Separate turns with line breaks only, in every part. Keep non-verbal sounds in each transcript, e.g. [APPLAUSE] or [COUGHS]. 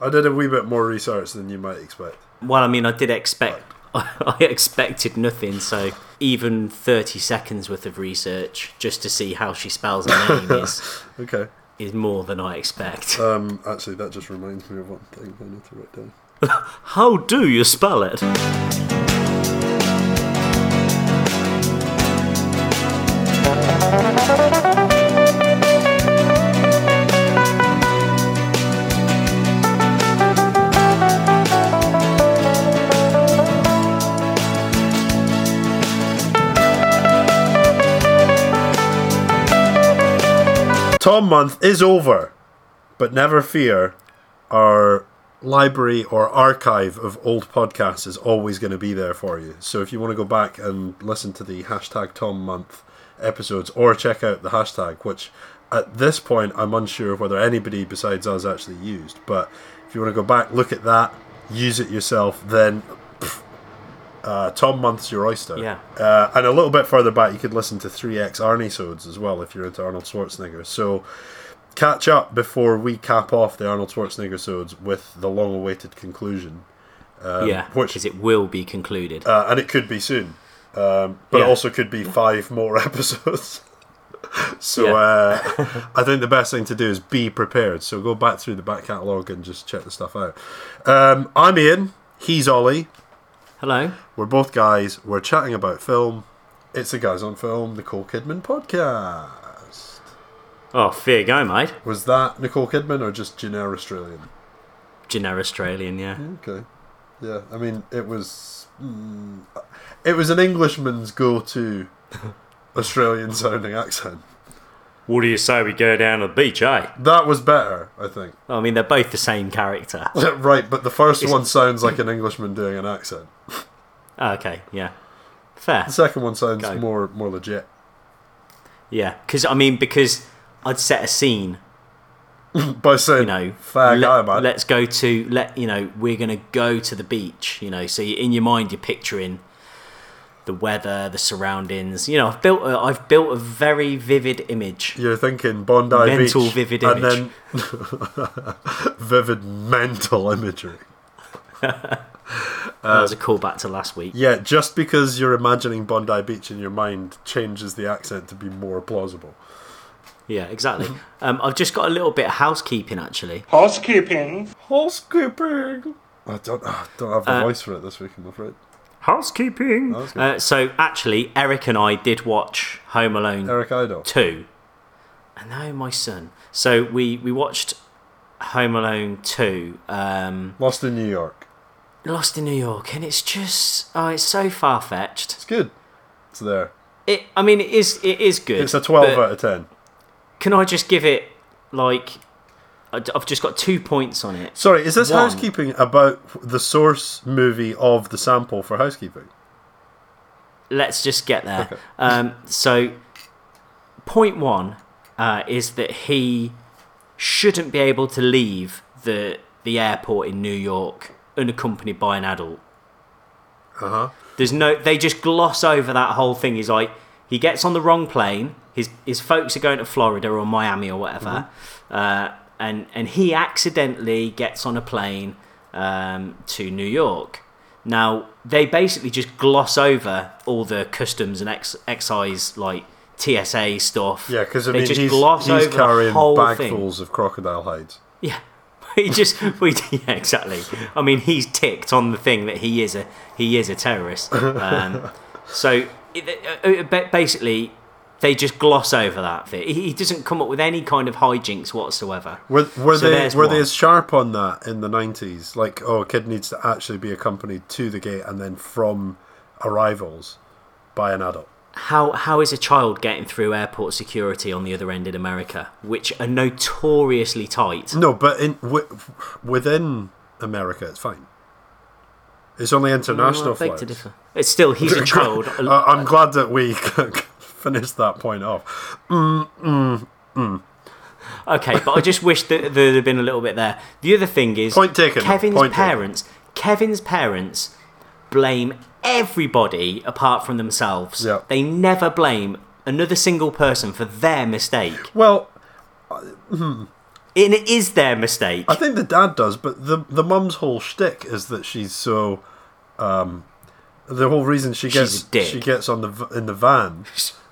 I did a wee bit more research than you might expect.
Well, I mean, I did expect. [LAUGHS] I expected nothing, so even 30 seconds worth of research just to see how she spells her
[LAUGHS]
name is,
Okay.
is more than I expect.
Um, actually, that just reminds me of one thing I need to write down.
How do you spell it?
Tom month is over, but never fear, our library or archive of old podcasts is always going to be there for you. So if you want to go back and listen to the hashtag Tom month episodes or check out the hashtag, which at this point I'm unsure of whether anybody besides us actually used, but if you want to go back, look at that, use it yourself, then. pff, Uh, Tom Month's Your Oyster.
Yeah.
Uh, and a little bit further back, you could listen to 3X Arnie Sodes as well if you're into Arnold Schwarzenegger. So, catch up before we cap off the Arnold Schwarzenegger sods with the long-awaited conclusion,
yeah,
Um, which-
because it will be concluded.
uh, and it could be soon, um, but it
Yeah.
also could be five more [LAUGHS] episodes. so
Yeah. [LAUGHS]
uh, I think the best thing to do is be prepared. So go back through the back catalogue and just check the stuff out. Um, I'm Ian. He's Ollie.
Hello?
We're both guys. We're chatting about film. It's the Guys on Film Nicole Kidman podcast.
Oh, fear go, mate.
Was that Nicole Kidman or just generic Australian?
Generic Australian, yeah.
Okay. Yeah, I mean, it was mm, it was an Englishman's
[LAUGHS]
go-to Australian-sounding accent.
What do you say we go down to the beach, eh?
That was better, I think. [LAUGHS]
I mean, they're both the same character.
right, but the first one sounds like an Englishman doing an accent.
okay, yeah. Fair.
The second one sounds
Okay.
more more legit.
Yeah, because I mean, because I'd set a scene,
By saying,
you know.
fair
let,
guy, man.
Let's go to let you know we're gonna go to the beach, you know. So you, in your mind, you're picturing the weather, the surroundings. You know, I've built a, I've built a very vivid image.
You're thinking Bondi
Mental
Beach,
vivid
and
image.
then [LAUGHS] vivid mental imagery.
that was a callback to last week.
Um, Yeah, just because you're imagining Bondi Beach in your mind changes the accent to be more plausible. [LAUGHS]
Yeah, exactly. um, I've just got a little bit of housekeeping actually.
Housekeeping.
Housekeeping. I don't, I don't have the
Uh,
voice for it this week, I'm afraid.
Housekeeping.
Housekeeping.
Uh, so actually, Eric and I did watch Home Alone
Eric Idle.
two, and now my son. So we we watched Home Alone two, um,
Lost in New York.
Lost in New York, and it's just oh, it's so far fetched.
It's good. It's there.
It, I mean, it is it is good.
It's a 12
but
out of 10.
Can I just give it like? I- I've just got two points on it.
Sorry, is this
One.
housekeeping about the source movie of the sample for housekeeping?
let's just get there. Um, so, point one uh, is that he shouldn't be able to leave the the airport in New York unaccompanied by an adult.
Uh huh.
There's no. They just gloss over that whole thing. He's like, he gets on the wrong plane. His his folks are going to Florida or Miami or whatever,
Mm-hmm.
uh, and and he accidentally gets on a plane um, to New York. Now they basically just gloss over all the customs and ex- excise like TSA stuff.
Yeah, because I
they
mean,
just
he's,
gloss
he's
over
carrying
the whole thing.
bagfuls of crocodile hides.
Yeah. [LAUGHS] He just we yeah exactly. I mean, he's ticked on the thing that he is a he is a terrorist. [LAUGHS] Um, so it, uh, uh, ba- basically, they just gloss over that. He, he doesn't come up with any kind of hijinks whatsoever.
Were, were
So
they
there's
were they
one.
as sharp on that in the nineties? Like, oh, a kid needs to actually be accompanied to the gate and then from arrivals by an adult.
How how is a child getting through airport security on the other end in America, which are notoriously tight?
No, but in wi- within America, it's fine. It's only international
I beg to
flights.
differ. It's still he's [LAUGHS] a child.
Uh, I'm glad that we [LAUGHS] finished that point off.
Okay, but I just wish that there had been a little bit there. The other thing is
Point taken,
Kevin's
point taken.
parents Kevin's parents blame everybody apart from themselves.
Yeah.
They never blame another single person for their mistake.
Well, I- hmm,
and it is their mistake.
I think the dad does, but the the mum's whole shtick is that she's so. Um, the whole reason she gets
She's a dick.
she gets on the v- in the van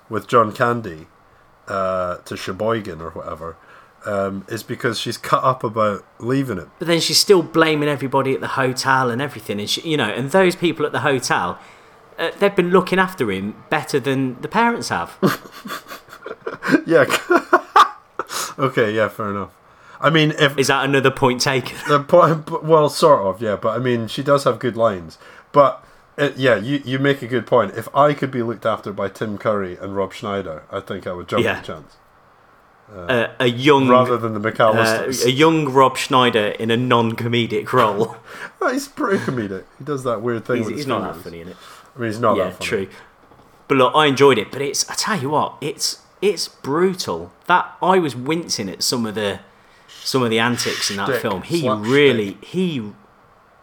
with John Candy uh, to Sheboygan or whatever um, is because she's cut up about leaving it.
But then she's still blaming everybody at the hotel and everything, and she, you know, and those people at the hotel, uh, they've been looking after him better than the parents have.
[LAUGHS] Yeah. [LAUGHS] okay. Yeah. Fair enough. I mean, if
Is that another point taken?
the point, but- well, sort of, yeah. But I mean, she does have good lines. But uh yeah, you you make a good point. If I could be looked after by Tim Curry and Rob Schneider, I think I would jump
Yeah.
at the chance
Uh, a young,
rather than the
uh,
McAllisters.
a young Rob Schneider in a non-comedic role.
Oh, he's pretty comedic. He does that weird thing.
[LAUGHS] he's,
with his
he's not that
fingers.
funny in it.
I mean, he's not
yeah,
that funny.
true. But look, I enjoyed it. But it's, I tell you what, it's it's brutal. That I was wincing at some of the some of the antics in that
Shtick,
film. He
slapstick.
really he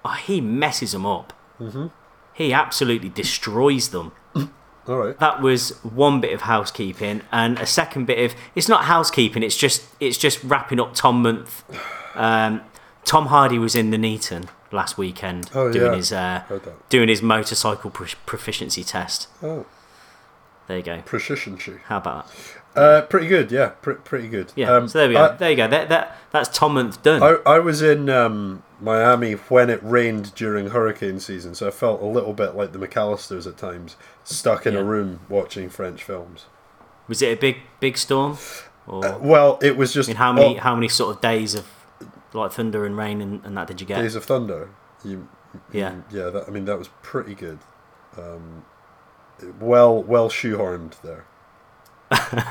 oh, he messes them up. Mm-hmm. He absolutely destroys them.
All right.
That was one bit of housekeeping, and a second bit of it's not housekeeping. It's just it's just wrapping up Tom month. Um, Tom Hardy was in the Neaton last weekend
Oh,
doing
yeah.
his uh,
Heard that.
doing his motorcycle pro- proficiency test.
Oh,
There you go.
precision shoe.
How about that?
Uh, pretty good. Yeah, pr- pretty good.
Yeah.
Um,
so there we go.
I-
there you go. That, that that's Tom month done.
I, I was in um, Miami when it rained during hurricane season, so I felt a little bit like the McAllisters at times, stuck in
Yeah.
a room watching French films.
Was it a big big storm? Or I
Well, it was just
mean, how many
oh,
how many sort of days of like thunder and rain and, and that did you get?
Days of Thunder. You,
Yeah. [LAUGHS]
yeah. That, I mean, that was pretty good. Um, well, well shoehorned there.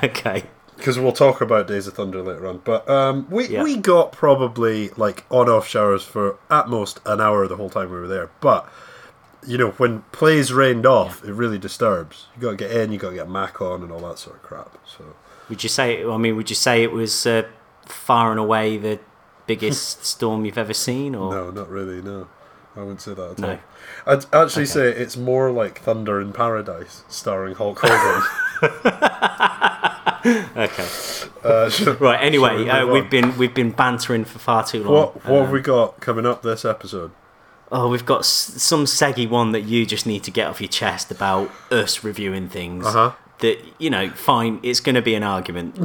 okay.
Because we'll talk about Days of Thunder later on, but um, we
Yeah.
we got probably like on-off showers for at most an hour the whole time we were there. But you know, when plays rained off, it really disturbs. You got to get in, you got to get Mac on, and all that sort of crap. So
Would you say? I mean, would you say it was uh, far and away the biggest [LAUGHS] storm you've ever seen? Or
no, not really. No, I wouldn't say that at
No.
all. I'd actually say it's more like Thunder in Paradise, starring Hulk
[LAUGHS]
Hogan.
Oh, okay,
uh, [LAUGHS] so-
right. Anyway,
we
uh,
move
we've
on?
been we've been bantering for far too long.
what what
Um,
have we got coming up this episode?
Oh, we've got s- some saggy one that you just need to get off your chest about us reviewing things.
Uh-huh.
That you know, fine, it's going to be an argument.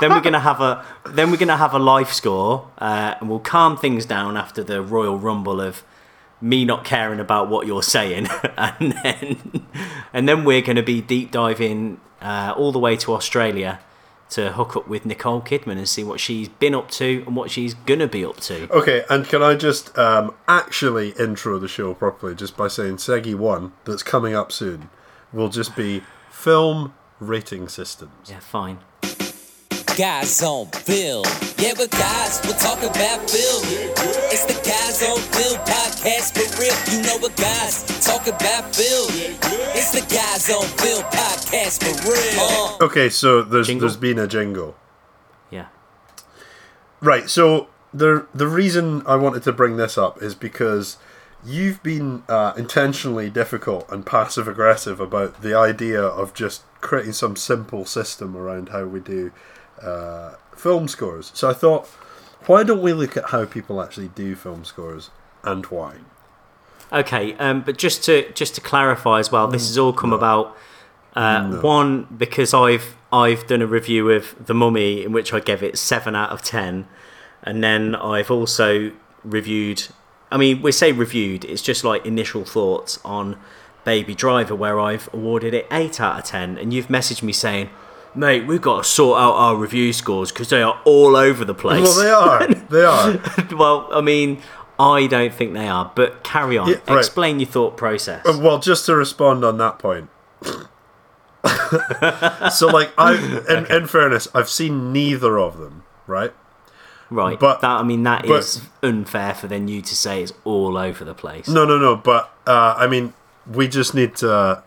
then we're going to have a then we're going to have a life score, uh, and we'll calm things down after the Royal Rumble of me not caring about what you're saying, [LAUGHS] and then and then we're going to be deep diving uh, all the way to Australia to hook up with Nicole Kidman and see what she's been up to and what she's going to be up to.
Okay, and can I just um, actually intro the show properly just by saying Segi 1, that's coming up soon, will just be film rating systems.
Yeah, fine.
Guys on film. Yeah, we're guys, we'll talk about film. It's the Guys on Film podcast for real. You know what guys talk about film. It's the Guys on Film podcast for real. Uh.
Okay, so there's
Oh. Jingle?
there's been a jingle.
Yeah.
Right, so the the reason I wanted to bring this up is because you've been uh, intentionally difficult and passive aggressive about the idea of just creating some simple system around how we do uh, film scores. So I thought, why don't we look at how people actually do film scores and why?
Okay, um, but just to just to clarify as well,
Mm.
this has all come about uh, one because I've I've done a review of The Mummy in which I gave it seven out of ten, and then I've also reviewed. I mean, we say reviewed; it's just like initial thoughts on Baby Driver, where I've awarded it eight out of ten, and you've messaged me saying. Mate, we've got to sort out our review scores because they are all over the place.
Well, they are. They are.
[LAUGHS] Well, I mean, I don't think they are, but carry on.
Yeah, right. Um,
Explain your thought process.
Well, just to respond on that point. [LAUGHS] so, like, I, in, in fairness, I've seen neither of them, right?
right.
but-
that I mean that is
but-
unfair for then you to say it's all over the place.
No, no, no. But uh, I mean, we just need to.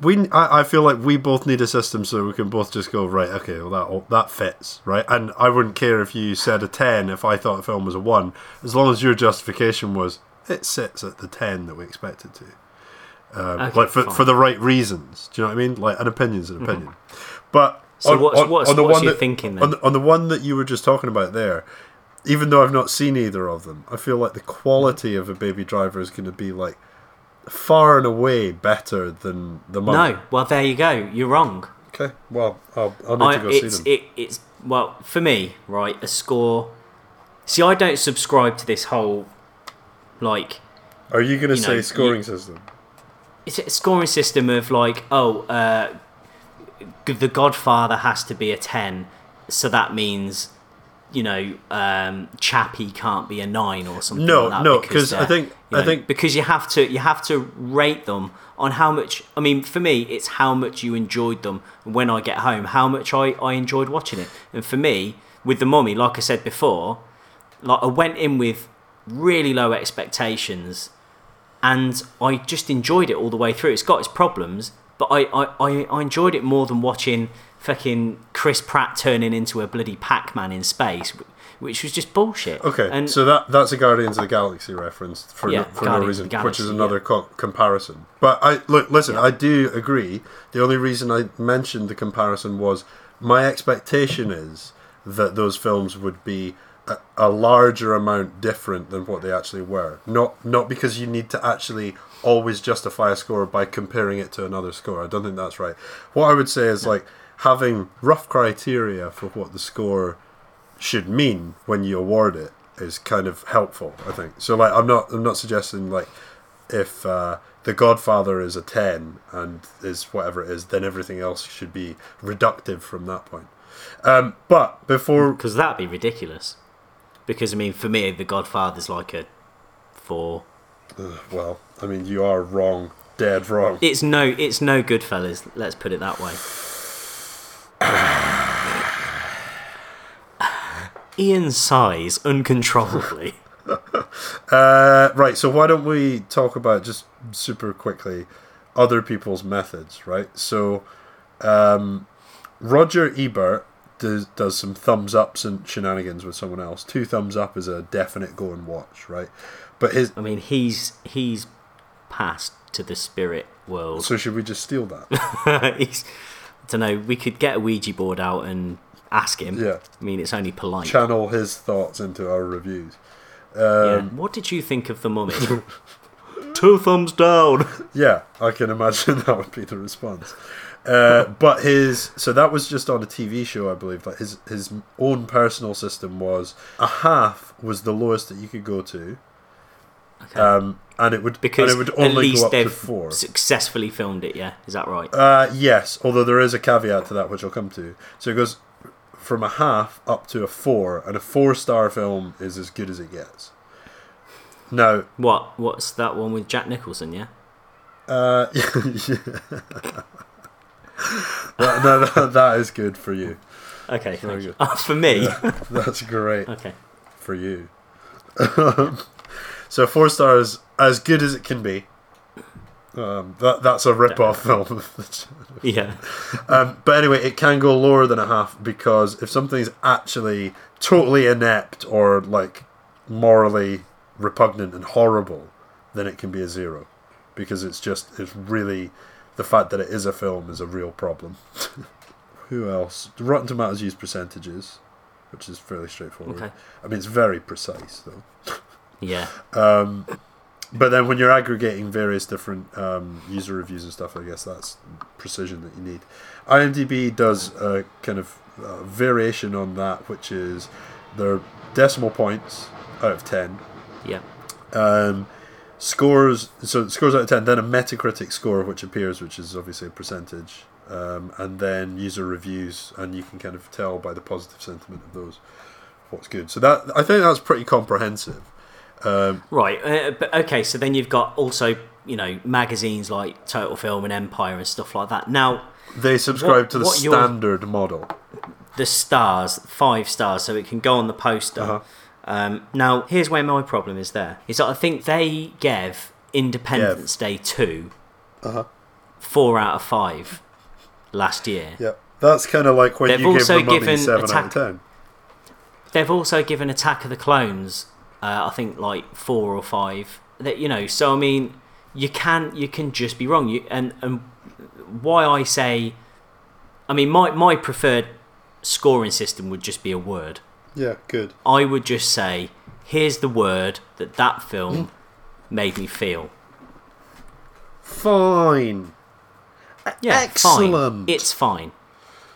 We, I, I feel like we both need a system so we can both just go right. Okay, well that all- that fits, right? And I wouldn't care if you said a ten if I thought the film was a one, as long as your justification was it sits at the ten that we expect it to, Um,
Okay,
like for,
fine. Mm-hmm.
for the right reasons. Do you know what I mean? Like an opinion's an opinion, but
So what's, what's, what's your thinking then?
on the, on the one that you were just talking about there, even though I've not seen either of them, I feel like the quality of a Baby Driver is going to be like far and away better than the Mummy.
no, well there you go. You're wrong.
Okay. Well, I'll, I'll need
I,
to go see
it's
them.
it, it's well for me right a score. See, I don't subscribe to this whole like
Are you going to
know,
say
you-
scoring system?
it's a scoring system of like oh uh, g- the Godfather has to be a ten, so that means you know um, Chappie can't be a nine or something.
No,
like that
no,
because
'cause I
they're,
think-
you
I
know,
think-
because you have to you have to rate them on how much. I mean, for me, it's how much you enjoyed them when I get home, how much I I enjoyed watching it, and for me with the mummy, like I said before, like I went in with really low expectations and I just enjoyed it all the way through. It's got its problems, but I, I, I, I enjoyed it more than watching fucking Chris Pratt turning into a bloody Pac Man in space, wh- which was just bullshit.
Okay,
and
so that that's a Guardians of the Galaxy reference for,
Yeah,
no, for no
Guardians
reason,
of the
which is
Galaxy,
another co- comparison. But I look, listen, I do agree. The only reason I mentioned the comparison was my expectation is that those films would be a, a larger amount different than what they actually were. Not not because you need to actually always justify a score by comparing it to another score. I don't think that's right. What I would say is like having rough criteria for what the score should mean when you award it is kind of helpful. I think so. Like I'm not I'm not suggesting like if uh, the Godfather is a ten and is whatever it is, then everything else should be reductive from that point. Um, but before
Because that'd be ridiculous. Because, I mean, for me, The Godfather's like a four.
well, I mean you are wrong, dead wrong.
It's no, it's no good, fellas. Let's put it that way. Ian sighs
[LAUGHS]
uncontrollably.
Uh, right, so why don't we talk about just super quickly other people's methods, right? So, um, Roger Ebert does, does some thumbs ups and shenanigans with someone else. Two thumbs up is a definite go and watch, right? But his
I mean, he's he's passed to the spirit world.
so should we just steal that?
[LAUGHS] he's, I don't know. We could get a Ouija board out and ask him.
Yeah.
I mean, it's only polite.
Channel his thoughts into our reviews.
Yeah.
um,
What did you think of the
[LAUGHS]
mummy? Two thumbs down.
Yeah, I can imagine [LAUGHS] that would be the response.
[LAUGHS]
Uh, but his so that was just on a TV show, I believe. Like his his own personal system was a half was the lowest that you could go to,
Okay.
um, and it would
[LAUGHS] because
and it would
at
only
least
go up
they've
to four.
successfully filmed it. Yeah, is that right?
Uh, yes, although there is a caveat to that which I'll come to. So it goes from a half up to a four, and a four star film is as good as it gets. Now,
what What's that one with Jack Nicholson? Yeah.
Uh, yeah. that, [LAUGHS] no, that, that is good for you.
Okay. Thank you.
good.
Oh, [LAUGHS] for me.
That's great
okay.
for you. [LAUGHS] so four stars, as good as it can be. Um, that that's a rip-off film. [LAUGHS]
Yeah.
um, but anyway, it can go lower than a half because if something's actually totally inept or like morally repugnant and horrible, then it can be a zero because it's just it's really the fact that it is a film is a real problem. [LAUGHS] Who else? Rotten Tomatoes use percentages, which is fairly straightforward.
Okay.
I mean, it's very precise though.
Yeah.
But then when you're aggregating various different um, user reviews and stuff, I guess that's precision that you need. IMDb does a kind of uh, variation on that, which is their decimal points out of 10,
Yeah.
um, scores, so scores out of 10, then a Metacritic score which appears, which is obviously a percentage, um, and then user reviews, and you can kind of tell by the positive sentiment of those what's good. So that I think that's pretty comprehensive.
Right, uh, but okay, so then you've got also, you know, magazines like Total Film and Empire and stuff like that. Now,
They subscribe to the
what your-
standard model.
the stars, five stars, so it can go on the poster. Um, now, here's where my problem is there is that I think they gave Independence Day 2 four out of five last year.
Yeah, that's kind of like when
They've
you give
also
the mummy
given
seven
Attack-
out of ten.
They've also given Attack of the Clones, uh, I think, like four or five. That you know, so I mean, you can you can just be wrong. You and and why I say I mean, my, my preferred scoring system would just be a word.
Yeah, good.
I would just say, here's the word that that
Mm.
film made me feel.
Fine.
Yeah, fine.
Excellent.
It's fine.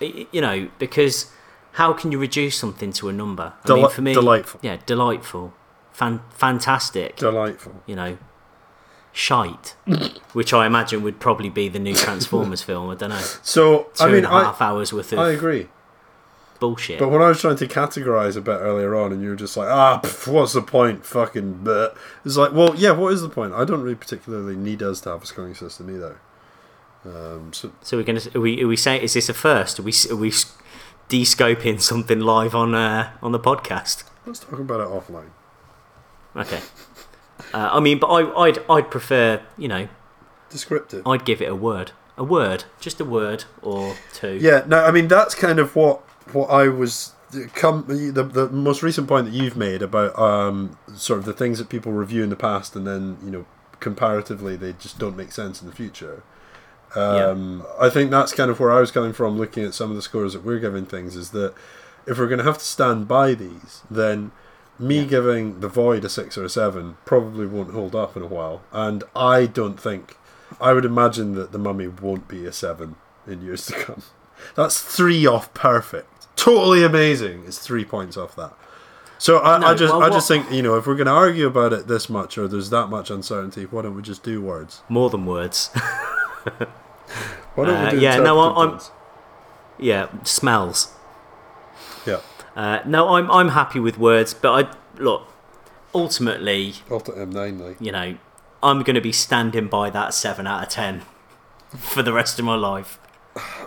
I- You know, because how can you reduce something to a number? I
Deli-
mean, for me,
delightful.
Yeah, delightful, fan- fantastic.
Delightful.
you know,
[LAUGHS]
shite, which I imagine would probably be the new Transformers film. I don't know. Two
So I mean,
and a half
I,
hours worth of
I agree.
bullshit.
But when I was trying to categorize a bit earlier on, and you were just like, ah, pff, what's the point? Fucking. Bleh. It's like, well, yeah, what is the point? I don't really particularly need us to have a scoring system either. Um, so
so we're gonna are we are we saying is this a first? Are we are we s- de-scoping something live on uh, on the podcast?
let's talk about it offline.
Okay. Uh, I mean, but I, I'd I'd prefer you know
Descriptive.
I'd give it a word, a word, just a word or two.
Yeah, no, I mean that's kind of what what I was come the the most recent point that you've made about um sort of the things that people review in the past and then you know comparatively they just don't make sense in the future.
Yeah.
Um, I think that's kind of where I was coming from looking at some of the scores that we're giving things is that if we're going to have to stand by these, then me giving The Void a six or a seven probably won't hold up in a while. And I don't think, I would imagine that The Mummy won't be a seven in years to come. [LAUGHS] That's three off perfect. Totally amazing. It's three points off that. So I, I
No,
just
well,
I just
what-
think you know if we're going to argue about it this much or there's that much uncertainty, why don't we just do words?
More than words. [LAUGHS]
Why don't
Uh,
we do
yeah, no, I-
interpretive
I'm-
words?
yeah, smells.
yeah.
Uh, no, I'm I'm happy with words, but I look ultimately
Alter M9 like.
you know, I'm going to be standing by that 7 out of 10 for the rest of my life.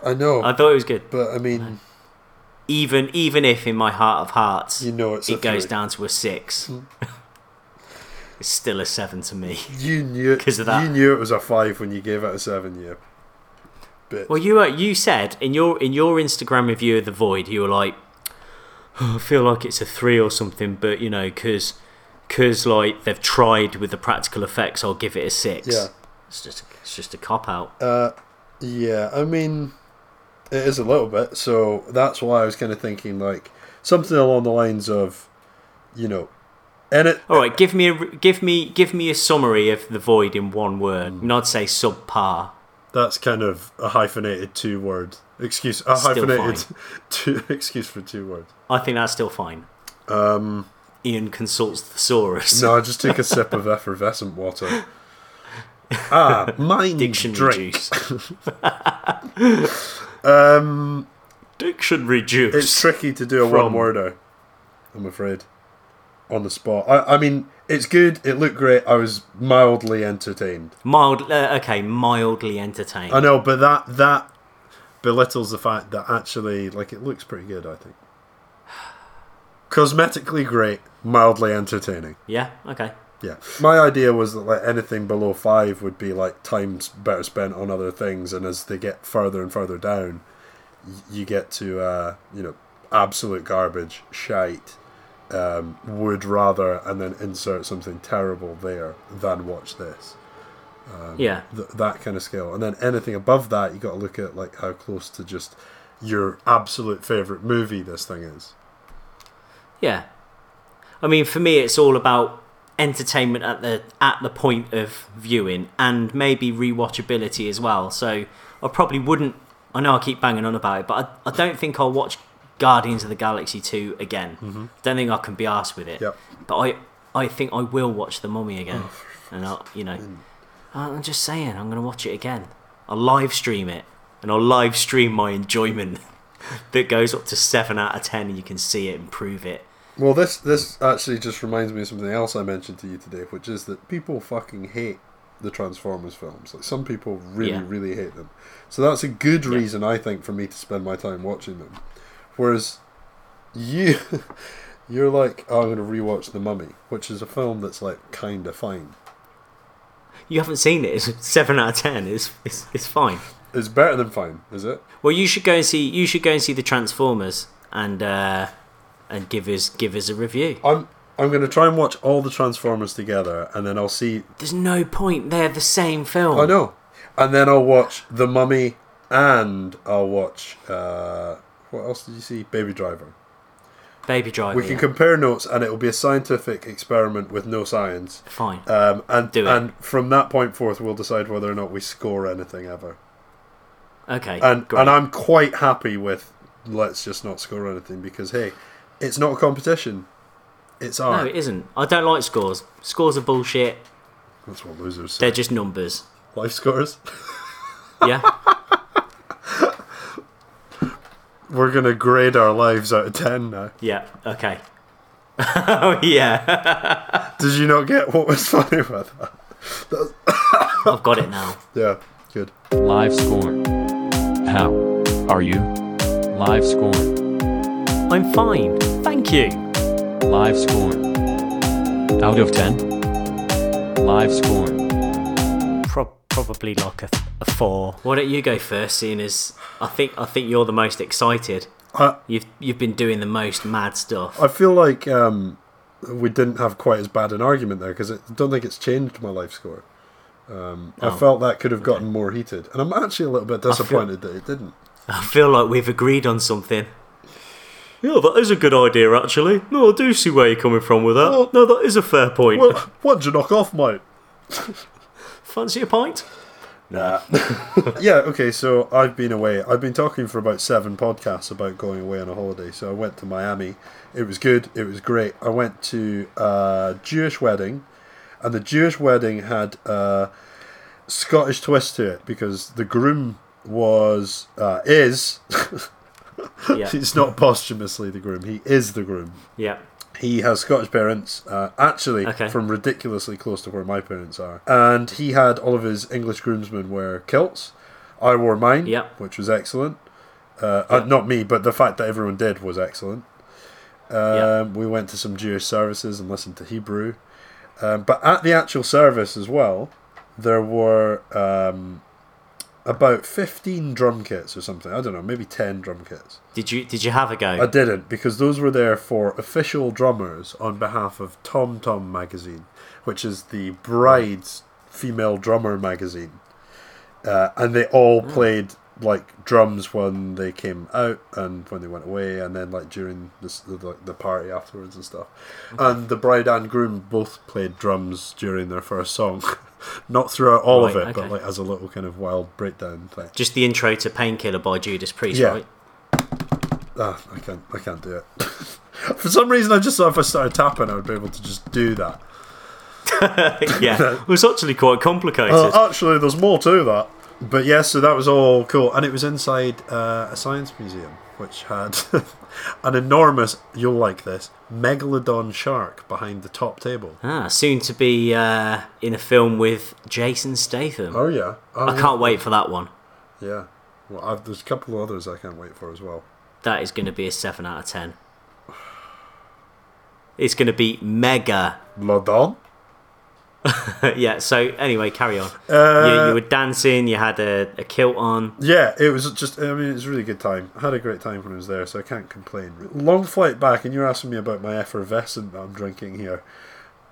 I know,
I thought it was good.
but I mean,
Even even if in my heart of hearts
You know it's a
it goes
three. Hmm.
down to a 6. [LAUGHS] it's still a 7 to me.
you knew
'Cause of that.
You knew it was a five when you gave it a seven. Yeah. But
Well, you uh, you said in your in your Instagram review of The Void, you were like "Oh, I feel like it's a 3 or something, but you know, cuz cuz like they've tried with the practical effects, I'll give it a 6.
Yeah.
It's just it's just a cop out.
yeah, I mean, it is a little bit. So that's why I was kind of thinking like something along the lines of, you know, and it.
All right, give me a give me give me a summary of the void in one word.
Hmm.
And I'd say subpar.
That's kind of a hyphenated two word excuse. A
Still
hyphenated [LAUGHS] two excuse for two words.
I think that's still fine. Um, Ian consults thesaurus.
No, I just took a sip of [LAUGHS] effervescent water. Ah, mind
Dictionary
drink.
juice.
[LAUGHS]
[LAUGHS] um, dictionary juice.
Um, It's tricky to do a
From-
one worder. I'm afraid, on the spot. I, I mean, it's good. It looked great. I was mildly entertained.
Mild. Uh, okay, mildly entertained.
I know, but that that belittles the fact that actually, like, it looks pretty good. I think. [SIGHS] Cosmetically great, mildly entertaining.
yeah. Okay.
Yeah, my idea was that like anything below five would be like time s- better spent on other things, and as they get further and further down, y- you get to uh, you know absolute garbage, shite. Um, would rather, and then insert something terrible there than watch this. Um,
yeah.
Th- that kind of scale, and then anything above that, you got to look at like how close to just your absolute favorite movie this thing is.
Yeah. I mean, for me, it's all about entertainment at the at the point of viewing and maybe rewatchability as well. So I probably wouldn't. I know I keep banging on about it, but I, I don't think I'll watch Guardians of the Galaxy two again. Don't think I can be arsed with it.
Yep.
But I I think I will watch The Mummy again, and I'll you know Uh, I'm just saying I'm gonna watch it again. I'll live stream it, and I'll live stream my enjoyment [LAUGHS] that goes up to seven out of ten, and you can see it and prove it.
Well, this this actually just reminds me of something else I mentioned to you today, which is that people fucking hate the Transformers films. Like some people really,
Yeah.
really hate them. So that's a good reason I think for me to spend my time watching them. Whereas you, [LAUGHS] you're like, oh, I'm going to rewatch The Mummy, which is a film that's like kind of fine.
You haven't seen it. It's a seven out of ten. It's, it's it's fine.
It's better than fine, is it?
Well, you should go and see. You should go and see the Transformers and uh, and give us give us a review.
I'm I'm going to try and watch all the Transformers together, and then I'll see
There's no point. They're the same film.
I know. And then I'll watch The Mummy and I'll watch. Uh, what else did you see? Baby Driver.
Baby Driver.
We can
yeah.
compare notes, and it will be a scientific experiment with no science.
Fine.
Um, and
Do it.
and from that point forth, we'll decide whether or not we score anything ever.
okay.
And
great.
and I'm quite happy with let's just not score anything because hey, it's not a competition. It's
no,
art.
it isn't. I don't like scores. Scores are bullshit.
That's what losers say.
They're just numbers.
Life scores. [LAUGHS]
Yeah.
We're gonna grade our lives out of ten now.
yeah. Okay. [LAUGHS] oh yeah. [LAUGHS]
Did you not get what was [LAUGHS] funny about that?
I've got it now.
Yeah, good.
Live score. How are you? Live score.
I'm fine. Thank you.
Live score. Out of 10. Live score.
Prob probably like a, a four.
Why don't you go first, seeing as I think I think you're the most excited.
I
You've you've been doing the most mad stuff.
I feel like um, we didn't have quite as bad an argument there because I don't think it's changed my life score. Um, I felt that could have gotten more heated, and I'm actually a little bit disappointed that it didn't.
I feel like we've agreed on something. Yeah, that is a good idea, actually. No, I do see where you're coming from with that.
Well-
no, that is a fair point.
Well, [LAUGHS] what'd you knock off, mate?
Fancy a [LAUGHS] pint?
[LAUGHS] yeah, okay, so I've been away. I've been talking for about seven podcasts about going away on a holiday. So I went to Miami. It was good. It was great. I went to a Jewish wedding, and the Jewish wedding had a Scottish twist to it because the groom was, uh, is, [LAUGHS]
Yeah.
it's not posthumously the groom, he is the groom.
yeah.
He has Scottish parents, uh, actually
Okay.
from ridiculously close to where my parents are. And he had all of his English groomsmen wear kilts. I wore mine,
Yep.
which was excellent. Uh, uh, not me, but the fact that everyone did was excellent.
yeah.
Um, we went to some Jewish services and listened to Hebrew. Um, but at the actual service as well, there were um, about 15 drum kits or something. I don't know, maybe 10 drum kits.
Did you did you have a
I
go?
didn't because those were there for official drummers on behalf of Tom Tom magazine, which is the bride's female drummer magazine, uh, and they all
Hmm.
played like drums when they came out and when they went away, and then like during this, the like, the party afterwards and stuff.
Hmm.
And the bride and groom both played drums during their first song, [LAUGHS] not throughout all of
Right,
it, but
okay.
like as a little kind of wild breakdown thing.
Just the intro to Painkiller by Judas Priest,
Yeah.
right?
Ah, I can't. I can't do it. [LAUGHS] For some reason, I just thought if I started tapping, I would be able to just do that.
[LAUGHS] yeah. It was actually quite complicated.
Uh, actually, there's more to that. But yes, so that was all cool, and it was inside uh, a science museum, which had [LAUGHS] an enormous. You'll like this megalodon shark behind the top table.
ah, soon to be uh, in a film with Jason Statham.
Oh yeah, oh,
I can't wait for that one.
Yeah, well, I've, there's a couple of others I can't wait for as well.
That is going to be a 7 out of 10. It's going to be mega. [LAUGHS]
Lodon.
yeah, so anyway, carry on. you, you were dancing, you had a, a kilt on.
Yeah, it was just. I mean, it was a really good time. I had a great time when I was there, so I can't complain. Long flight back, and you're asking me about my effervescent that I'm drinking here.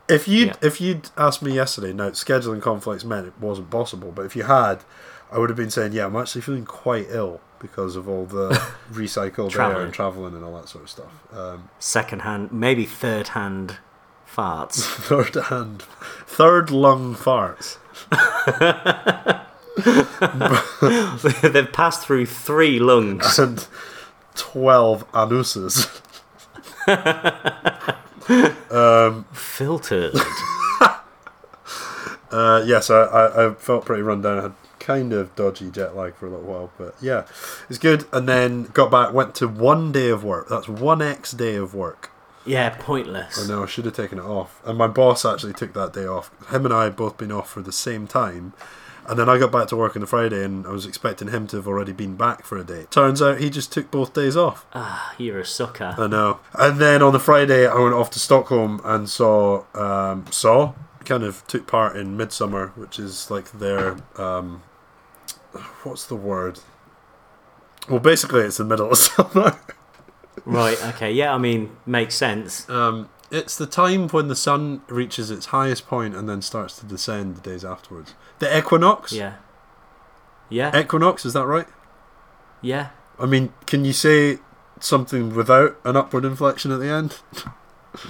If you would
Yeah.
if you'd asked me yesterday, now scheduling conflicts meant it wasn't possible. But if you had, I would have been saying, yeah, I'm actually feeling quite ill because of all the recycled air
Travelling.
and traveling and all that sort of stuff. Um,
Second hand, maybe third hand
[LAUGHS]
farts. [LAUGHS]
third hand, third lung farts.
They've passed through three lungs.
and 12 [LAUGHS] anuses.
Filtered.
Uh, yes, I, I, I felt pretty run down. I had kind of dodgy jet lag for a little while, but yeah, it's good. And then got back, went to one day of work. That's one X day of work.
Yeah, pointless.
No, I should have taken it off. And my boss actually took that day off. Him and I had both been off for the same time. And then I got back to work on the Friday and I was expecting him to have already been back for a day. Turns out he just took both days off.
You're a sucker.
I know. And then on the Friday, I went off to Stockholm and saw um, saw kind of took part in Midsummer, which is like their um, what's the word? Well, basically, it's the middle of [LAUGHS] summer.
right, okay. Yeah, I mean, makes sense.
Um, it's the time when the sun reaches its highest point and then starts to descend the days afterwards. The equinox.
yeah. Yeah.
Equinox is that right?
Yeah.
I mean, can you say something without an upward inflection at the end?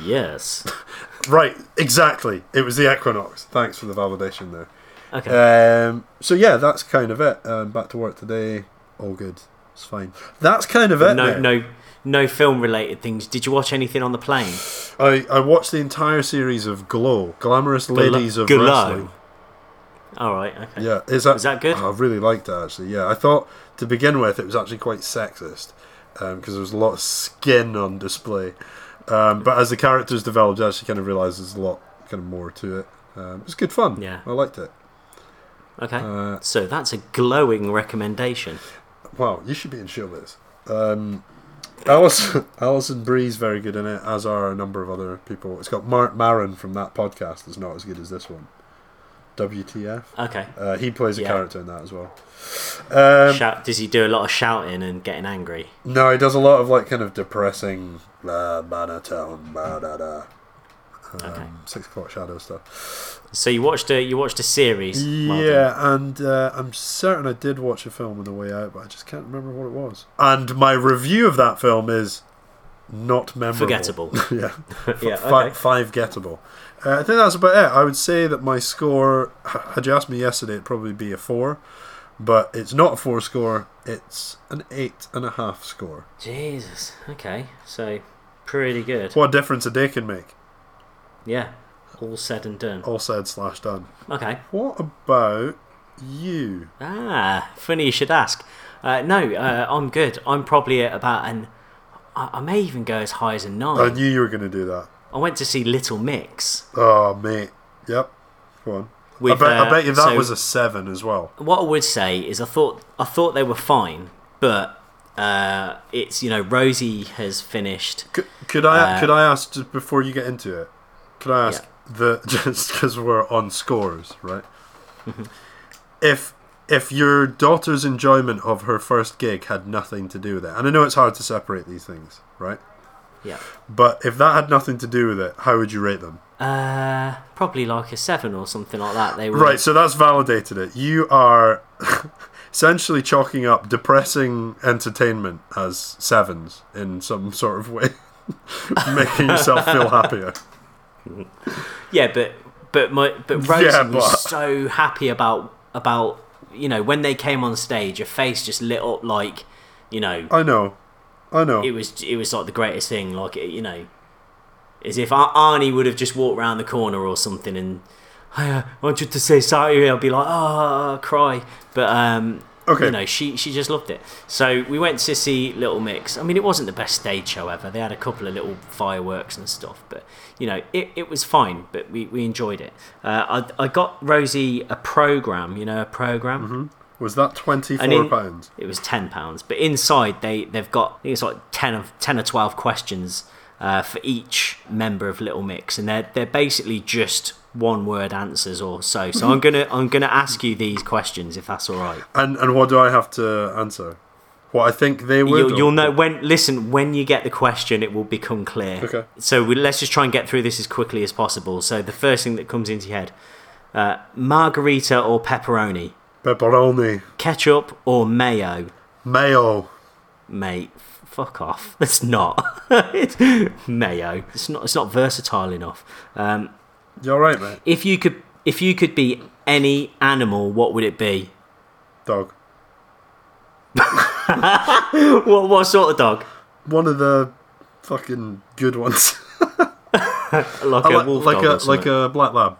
Yes.
Right, exactly. It was the equinox. Thanks for the validation there.
Okay.
Um, so yeah, that's kind of it. Um, back to work today. All good. It's fine. That's kind of it.
no,
then.
no, no film related things. Did you watch anything on the plane?
I, I watched the entire series of Glow, Glamorous Ladies of
Glow.
Wrestling.
All right. Okay.
Yeah, is that
Was that good?
I really liked it actually. Yeah, I thought to begin with it was actually quite sexist because there was a lot of skin on display. Um, but as the characters developed, I actually kind of realised there's a lot kind of more to it. Um, it was good fun.
Yeah.
I liked it.
Okay.
Uh,
so that's a glowing recommendation.
Wow, you should be in showbiz. Um, [LAUGHS] Alison, Alison Bree's very good in it, as are a number of other people. It's got Mark Maron from that podcast. is not as good as this one. WTF?
Okay.
Uh, he plays a
Yeah.
character in that as well. Um,
Shout, does he do a lot of shouting and getting angry?
no, he does a lot of like kind of depressing, uh, monotone, blah, da, da,
Okay.
six o'clock shadow stuff.
So you watched a you watched a series. Well done.
yeah, and uh, I'm certain I did watch a film on the way out, but I just can't remember what it was. And my review of that film is not memorable.
Forgettable.
[LAUGHS] yeah.
[LAUGHS] yeah.
Fi
Okay.
Five gettable. Uh, I think that's about it. I would say that my score, had you asked me yesterday, it'd probably be a four, but it's not a four score. It's an eight and a half score.
Jesus. Okay. So pretty good.
What a difference a day can make.
Yeah. All said and done.
All said slash done.
Okay.
What about you?
Ah, funny you should ask. Uh, no, uh, I'm good. I'm probably at about an. I, I may even go as high as a nine.
I knew you were going to do that.
I went to see Little Mix.
Oh, mate. Yep. Go on. I,
With,
bet, I
uh,
bet you that
so-
was a seven as well.
What I would say is, I thought I thought they were fine, but uh, it's you know Rosie has finished.
Could, could I
Uh,
could I ask just before you get into it? Could I ask the [LAUGHS] just because we're on scores, right?
Mm-hmm.
if if your daughter's enjoyment of her first gig had nothing to do with it, and I know it's hard to separate these things, right?
Yeah,
But if that had nothing to do with it, how would you rate them?
uh, probably like a seven or something like that. They were
Right, so that's validated it. You are [LAUGHS] essentially chalking up depressing entertainment as sevens in some sort of way, [LAUGHS] making yourself
[LAUGHS]
feel happier.
Yeah, but but my but Rosie
Yeah, but-
was so happy about about you know when they came on stage, her face just lit up like you know
I know. I know.
it was it was like the greatest thing. Like it, you know, as if Ar- Arnie would have just walked round the corner or something and I uh, wanted to say sorry. I'll be like, oh, cry. But um,
Okay.
you know, she she just loved it. So we went to see Little Mix. I mean, it wasn't the best stage show ever. They had a couple of little fireworks and stuff, but you know, it, it was fine. But we, we enjoyed it. Uh, I I got Rosie a program. You know, a program.
Was that twenty four
And in-
pounds?
It was ten pounds, but inside they they've got I think it's like ten of ten or twelve questions uh, for each member of Little Mix, and they're they're basically just one word answers or so. So I'm gonna I'm gonna ask you these questions if that's all right.
And and what do I have to answer? What I think they would.
You'll,
or-
you'll know when. Listen, when you get the question, it will become clear.
Okay.
So we, let's just try and get through this as quickly as possible. So the first thing that comes into your head: uh, margarita or pepperoni,
pepperoni,
ketchup or mayo.
mayo.
mate. Fuck off. [LAUGHS] It's not. it's mayo. It's not. It's not versatile enough. Um,
You all right, mate?
if you could, if you could be any animal, what would it be? [LAUGHS]
Dog.
What what sort of dog?
One of the fucking good ones. [LAUGHS]
Like
I
a
like-
wolf
like
dog or
a like
something?
a black lab.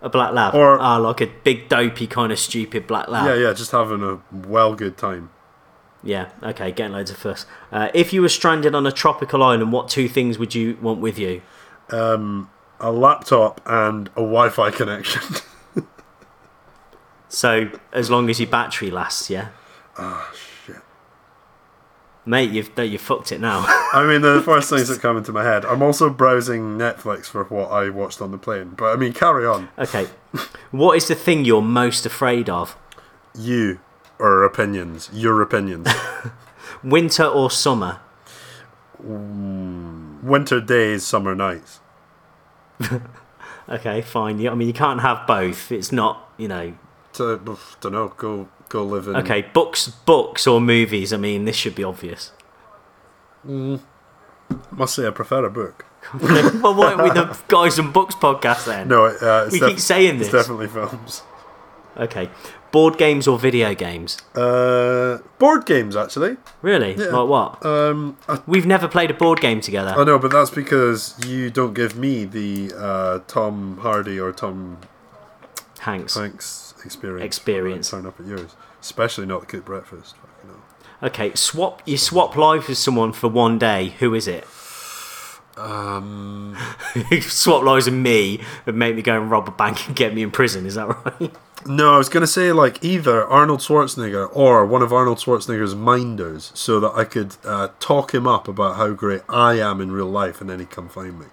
a black lab,
or-
Ah, like a big dopey kind of stupid black lab.
Yeah, yeah. Just having a well good time.
Yeah, okay, getting loads of fuss. Uh, if you were stranded on a tropical island, what two things would you want with you?
A laptop and a Wi-Fi connection. [LAUGHS]
So as long as your battery lasts, yeah.
shit.
Mate, you've you fucked it now. [LAUGHS]
I mean, they're the first things that come into my head. I'm also browsing Netflix for what I watched on the plane. But I mean, carry on.
okay, what is the thing you're most afraid of?
You or opinions? Your [LAUGHS] opinions.
Winter or summer?
Winter days, summer nights.
Okay, fine. Yeah, I mean, you can't have both. It's not, you know,
It's So don't know. Go go live in.
Okay, books, books or movies. I mean, this should be obvious. [LAUGHS]
Must say I prefer a book.
well, why aren't
[LAUGHS]
we the guys and books podcast then?
No, uh, it's
We
def-
keep saying
it's
this.
definitely films.
Okay, board games or video games?
Uh, board games actually.
Really? Like what?
Um, I,
We've never played a board game together.
I know, but that's because you don't give me the uh, Tom Hardy or Tom
Hanks.
Hanks experience.
Experience.
Turn up at yours, especially not the cooked breakfast. Fucking hell.
Okay, swap. You swap life with someone for one day. Who is it? [LAUGHS]
Um,
You swap lives with me and make me go and rob a bank and get me in prison. Is that right?
no, I was gonna say like either Arnold Schwarzenegger or one of Arnold Schwarzenegger's minders, so that I could uh, talk him up about how great I am in real life, and then he'd come find me,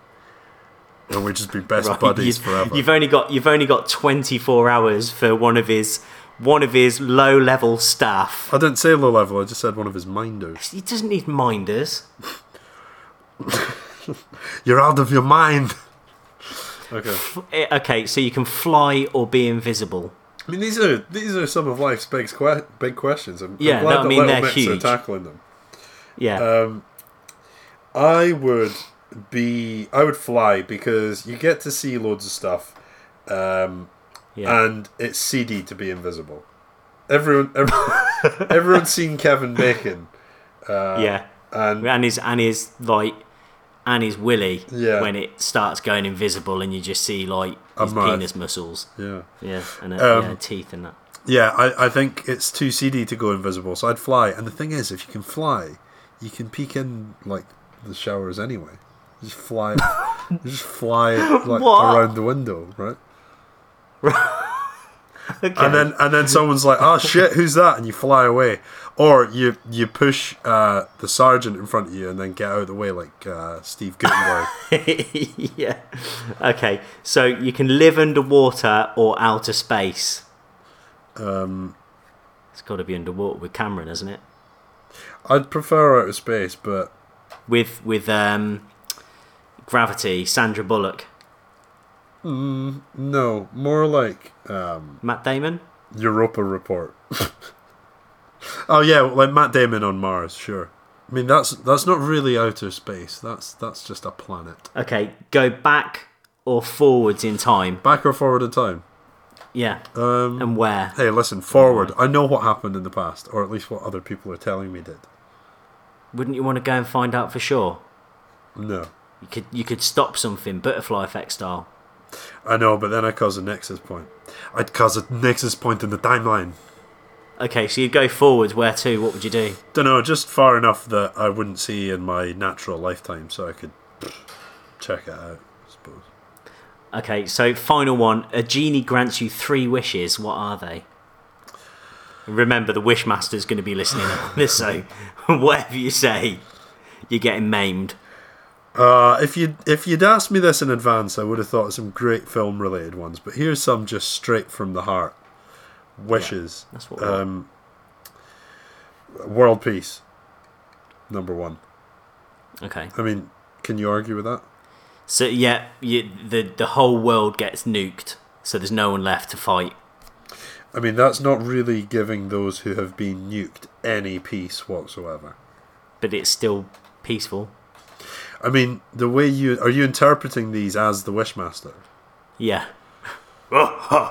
and we'd just be
[LAUGHS]
best buddies
you,
forever.
You've only got you've only got twenty four hours for one of his one of his low level staff.
I didn't say low level. I just said one of his minders.
He doesn't need minders.
You're out of your
[LAUGHS]
mind. Okay.
Eh, Okay, so you can fly or be invisible.
I mean, these are these are some of life's big que- big questions. I'm, I'm
Yeah,
glad
no, I
that
mean,
Little
they're
Mix
huge.
are tackling them.
Yeah.
Um, I would be. I would fly because you get to see loads of stuff, um,
yeah.
and it's seedy to be invisible. Everyone, [LAUGHS] every, everyone's seen Kevin Bacon,
yeah.
uh, and
and his and his like and his willy
Yeah.
when it starts going invisible and you just see like his
mouth.
penis muscles.
yeah,
Yeah, and uh,
Um,
yeah, teeth and that.
yeah. I, I think it's too seedy to go invisible, so I'd fly. And the thing is, if you can fly, you can peek in like the showers anyway. Just
[LAUGHS]
fly, just fly like
What?
around the window, right?
[LAUGHS] Okay.
and then and then someone's like, "Oh shit, who's that?" and you fly away, or you you push uh, the sergeant in front of you and then get out of the way like uh, Steve
[LAUGHS]
Gutenberg.
yeah. Okay. So you can live underwater or outer space. Um, it's got to be underwater with Cameron, isn't it?
I'd prefer outer space, but
With with um, gravity, Sandra Bullock,
no, more like um,
Matt Damon.
Europa Report. [LAUGHS] oh yeah, like Matt Damon on Mars, sure. I mean that's that's not really outer space. That's that's just a planet.
Okay, go back or forwards in time.
Back or forward in time.
Yeah. Um, and where?
Hey, listen, forward. I know what happened in the past, or at least what other people are telling me did.
Wouldn't you want to go and find out for sure?
No.
You could you could stop something, butterfly effect style.
I know, but then I cause a nexus point. I'd cause a nexus point in the timeline.
Okay, so you'd go forwards. Where to? What would you do?
Don't know, just far enough that I wouldn't see in my natural lifetime, so I could check it out. I suppose.
Okay, so final one. A genie grants you three wishes. What are they? Remember, the wishmaster's going to be listening. to this, so [LAUGHS] whatever you say, you're getting maimed.
Uh, if you if you'd asked me this in advance, I would have thought of some great film related ones. But here's some just straight from the heart. Wishes.
That's what.
um, world peace. Number one.
okay.
I mean, can you argue with that?
So yeah, you, the the whole world gets nuked. So there's no one left to fight.
I mean, that's not really giving those who have been nuked any peace whatsoever.
But it's still peaceful.
I mean, the way you are you interpreting these as the Wishmaster?
Yeah.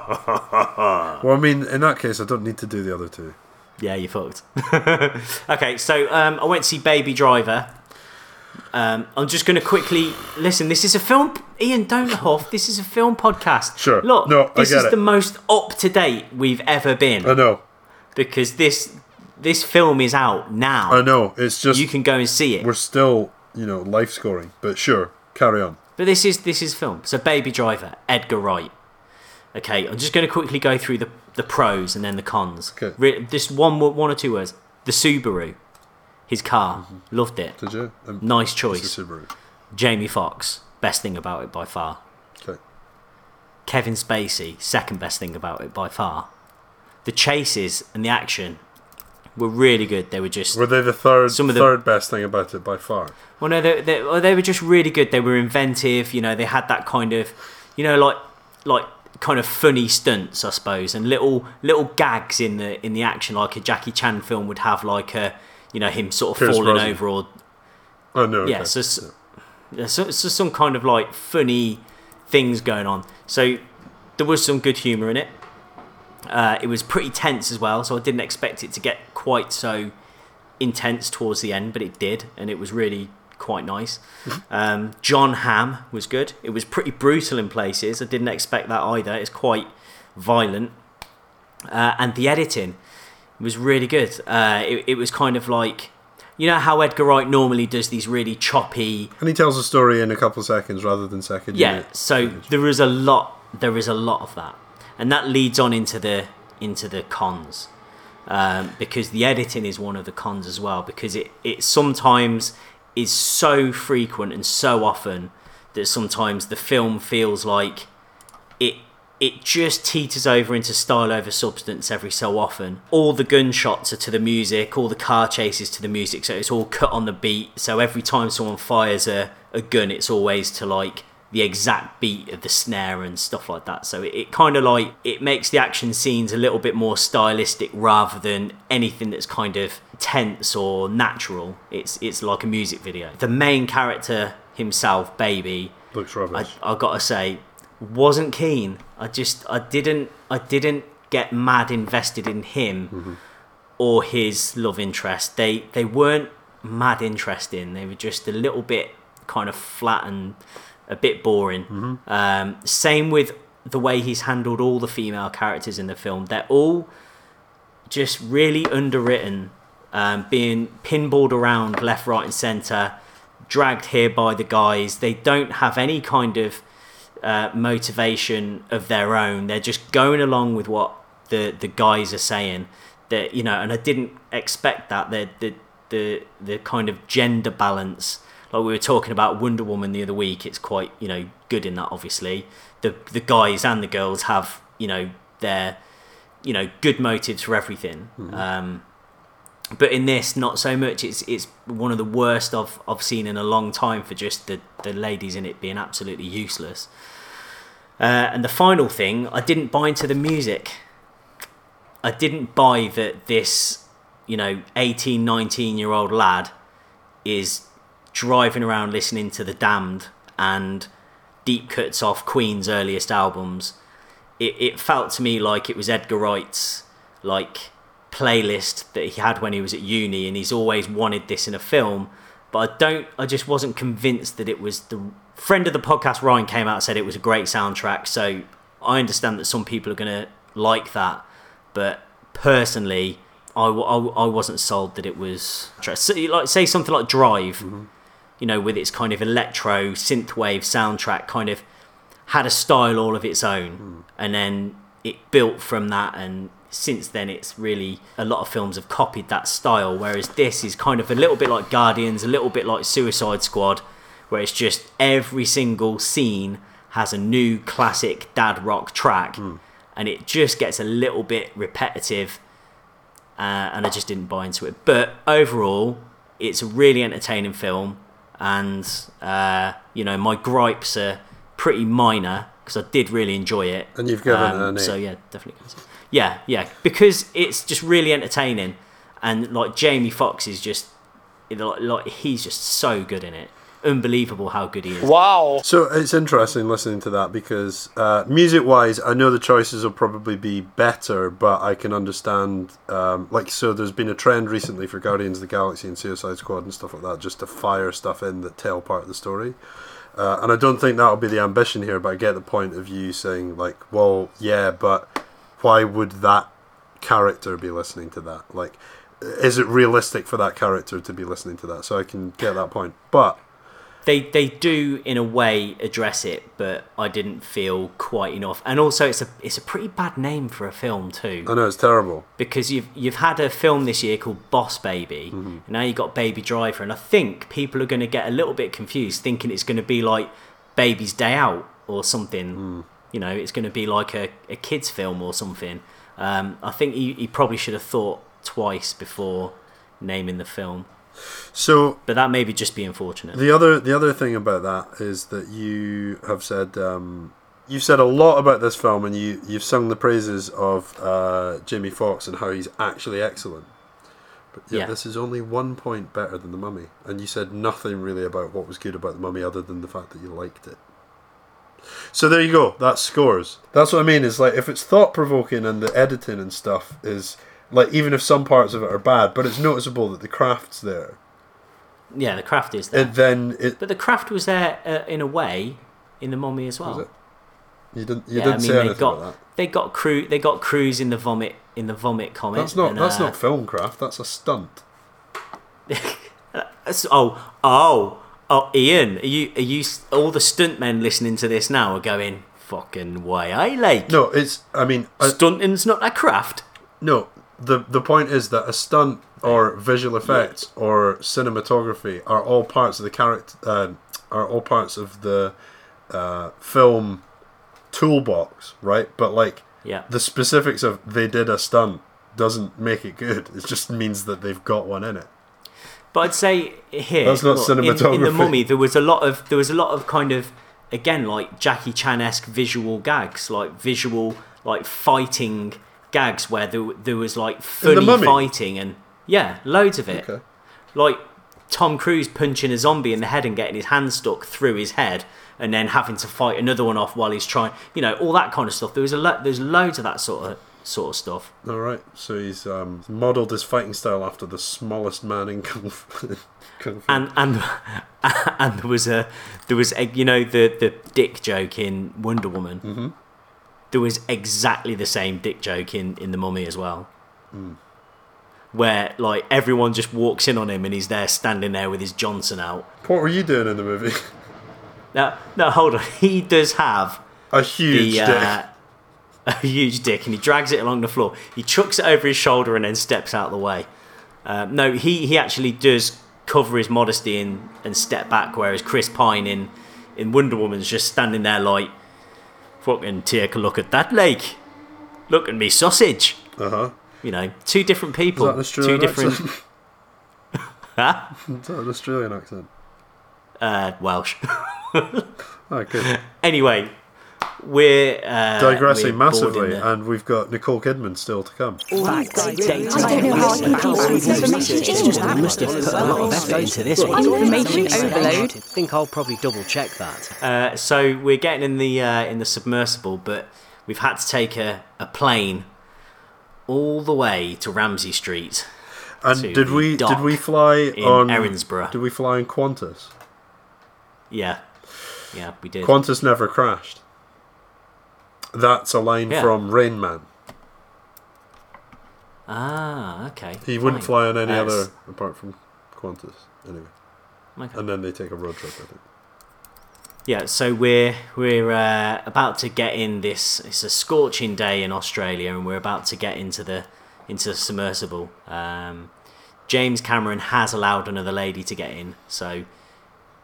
Well, I mean, in that case, I don't need to do the other two.
Yeah, you fucked. [LAUGHS] okay, so um, I went to see Baby Driver. Um, I'm just going to quickly listen. This is a film, Ian. Don't huff. This is a film podcast.
Sure.
Look,
No, I
this
get
is
it.
the most up to date we've ever been
I know,
because this this film is out now.
I know. It's just
You can go and see it.
we're still, you know, life scoring. But sure, carry on.
But this is this is film. So Baby Driver, Edgar Wright. Okay, I'm just going to quickly go through the the pros and then the cons.
Okay.
Re- just one wo- one or two words. The Subaru, his car, loved it.
Mm-hmm. Did you? Um,
Nice
it's
choice.
a Subaru.
Jamie Foxx, best thing about it by far.
Okay.
Kevin Spacey, second best thing about it by far. The chases and the action were really good. They were just
Were they the third
Some of the-
third best thing about it by far?
Well, no, they, they, well, they were just really good. They were inventive. You know, they had that kind of, you know, like like kind of funny stunts, I suppose, and little little gags in the in the action, like a Jackie Chan film would have, like a you know him sort of
Pierce
falling
Brosnan.
over or
Oh no.
yeah,
okay.
so, s yeah, so it's just some kind of like funny things going on. So there was some good humour in it. Uh, it was pretty tense as well, so I didn't expect it to get quite so intense towards the end, but it did, and it was really quite nice. Um, John Hamm was good. It was pretty brutal in places. I didn't expect that either. It's quite violent, uh, and the editing was really good. Uh, it, it was kind of like you know how Edgar Wright normally does these really choppy.
and he tells a story in a couple of seconds rather than second.
Yeah,
unit.
so there is a lot. There is a lot of that, and that leads on into the into the cons, um, because the editing is one of the cons as well. Because it it sometimes is so frequent and so often that sometimes the film feels like it it just teeters over into style over substance every so often. All the gunshots are to the music, all the car chases to the music, so it's all cut on the beat. So every time someone fires a, a gun, it's always to like the exact beat of the snare and stuff like that. So it, it kind of like it makes the action scenes a little bit more stylistic rather than anything that's kind of tense or natural. It's it's like a music video. The main character himself, baby,
looks rubbish.
I, I gotta say, wasn't keen. I just I didn't I didn't get mad invested in him or his love interest. They they weren't mad interesting. They were just a little bit kind of flat and a bit boring. Um, same with the way he's handled all the female characters in the film. They're all just really underwritten, um, being pinballed around left, right, and centre, dragged here by the guys. They don't have any kind of uh, motivation of their own. They're just going along with what the, the guys are saying. That you know, and I didn't expect that. The the the the kind of gender balance, like we were talking about Wonder Woman the other week. It's quite you know good in that. Obviously, the the guys and the girls have you know their you know good motives for everything. Um, but in this, not so much. It's it's one of the worst I've I've seen in a long time for just the the ladies in it being absolutely useless. Uh, and the final thing, I didn't buy into the music. I didn't buy that this, you know, 18, 19 year old lad is driving around listening to The Damned and deep cuts off Queen's earliest albums it, it felt to me like it was Edgar Wright's like playlist that he had when he was at uni and he's always wanted this in a film but I don't I just wasn't convinced that it was the friend of the podcast Ryan came out and said it was a great soundtrack so I understand that some people are going to like that but personally I, w- I, w- I wasn't sold that it was so, like say something like Drive you know with its kind of electro synthwave soundtrack kind of had a style all of its own and then it built from that and since then it's really a lot of films have copied that style whereas this is kind of a little bit like guardians a little bit like suicide squad where it's just every single scene has a new classic dad rock track and it just gets a little bit repetitive uh, and I just didn't buy into it. But overall, it's a really entertaining film, and uh, you know my gripes are pretty minor because I did really enjoy it. Um,
And you've given it an E. eight.
so yeah, definitely. Yeah, yeah, because it's just really entertaining, and like Jamie Foxx is just like, like he's just so good in it. Unbelievable how good he is.
So it's interesting listening to that because uh, music wise, I know the choices will probably be better, but I can understand. Um, like, so there's been a trend recently for Guardians of the Galaxy and Suicide Squad and stuff like that just to fire stuff in that tell part of the story. Uh, and I don't think that'll be the ambition here, but I get the point of you saying, like, well, yeah, but why would that character be listening to that? Like, is it realistic for that character to be listening to that? So I can get that point. But
they they do in a way address it, but I didn't feel quite enough. And also, it's a it's a pretty bad name for a film
I
too,
know it's terrible.
because you've you've had a film this year called Boss Baby,
Mm-hmm.
and now you have got Baby Driver, and I think people are going to get a little bit confused, thinking it's going to be like Baby's Day Out or something.
Hmm.
You know, it's going to be like a, a kids film or something. Um, I think he, he probably should have thought twice before naming the film,
So
but that may be just being fortunate.
The other the other thing about that is that you have said um, You've said a lot about this film, and you you've sung the praises of uh, Jamie Foxx and how he's actually excellent. But yeah,
Yeah.
this is only one point better than the Mummy, and you said nothing really about what was good about the Mummy other than the fact that you liked it. So there you go. That's scores. That's what I mean. Is like if it's thought provoking and the editing and stuff is like even if some parts of it are bad, but it's noticeable that the craft's there,
Yeah, the craft is there.
and then it
but the craft was there uh, in a way in the mummy as well.
Was it? you didn't you
yeah,
didn't
I mean
say
they
anything
got
about that.
they got crew they got crews in the vomit in the vomit comment.
That's not
and,
that's
uh,
not film craft. That's a stunt.
that's- oh oh oh Ian, are you are you s- all the stuntmen listening to this now are going fucking way I like
No, uh, it's. I mean, I,
stunting's not a craft.
no. The the point is that a stunt or visual effects or cinematography are all parts of the character uh, are all parts of the uh, film toolbox, right? But like
Yeah.
the specifics of they did a stunt doesn't make it good. It just means that they've got one in it.
But I'd say here,
That's not
in- In, the
cinematography.
Mummy, there was a lot of there was a lot of kind of again like Jackie Chan esque visual gags, like visual like fighting gags where there, there was like funny
Mummy?
fighting and yeah, loads of it.
Okay.
Like Tom Cruise punching a zombie in the head and getting his hand stuck through his head. And then having to fight another one off while he's trying, you know, all that kind of stuff. There was a lot. There's loads of that sort of sort of stuff.
All right, so he's um, modelled his fighting style after the smallest man in [LAUGHS] kung fu. Kung Fu.
and and [LAUGHS] and there was a there was a, you know the the dick joke in Wonder Woman. Mm-hmm. There was exactly the same dick joke in in the Mummy as well, where like everyone just walks in on him and he's there standing there with his Johnson out.
what were you doing in the movie? [LAUGHS]
Now now hold on, [LAUGHS] he does have
A huge
the.
dick.
Uh, [LAUGHS] a huge dick, and he drags it along the floor. He chucks it over his shoulder and then steps out of the way. Uh, no, he, he actually does cover his modesty and, and step back, whereas Chris Pine in, in Wonder Woman's just standing there like, fucking take a look at that lake. Look at me sausage.
Uh huh.
You know, two different people.
Is that an Australian
two different. [LAUGHS]
accent? [LAUGHS]
Huh?
Is that an Australian accent?
Uh, Welsh. [LAUGHS]
Oh, good.
anyway, we're. Uh,
Digressing
we're boarding
massively,
the-
and we've got Nicole Kidman still to come.
I don't know how I can keep all this information
It's
in.
just I must have put a lot of effort into this one.
Information overload.
I think I'll probably double check that.
Uh, so we're getting in the uh, in the submersible, but we've had to take a, a plane all the way to Ramsey Street.
And
To
did
the
we
dock
did we fly
in
on
Erinsborough.
Did we fly in Qantas?
Yeah, yeah, we did.
Qantas never crashed. That's a line
Yeah.
from Rain Man.
ah, okay.
He wouldn't
fine. Uh,
fly on any
That's-
other apart from Qantas. Anyway,
Okay.
and then they take a road trip. I think.
Yeah, so we're we're uh, about to get in this. It's a scorching day in Australia, and we're about to get into the into the submersible. Um, James Cameron has allowed another lady to get in, so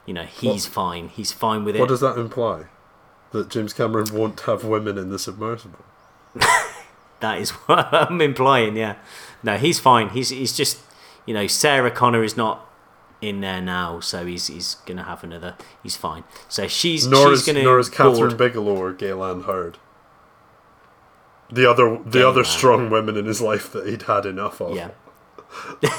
you know he's fine. He's fine with it.
What does that imply? That James Cameron won't have women in the submersible.
That is [LAUGHS] what I'm implying. Yeah. No, he's fine. He's he's just you know Sarah Connor is not in there now, so he's he's gonna have another. He's fine. So she's
Nor
she's
is,
gonna
nor is Catherine
board-
Bigelow or Gaylan Hurd. The other the other strong women in his life that he'd had enough of.
Yeah. yeah.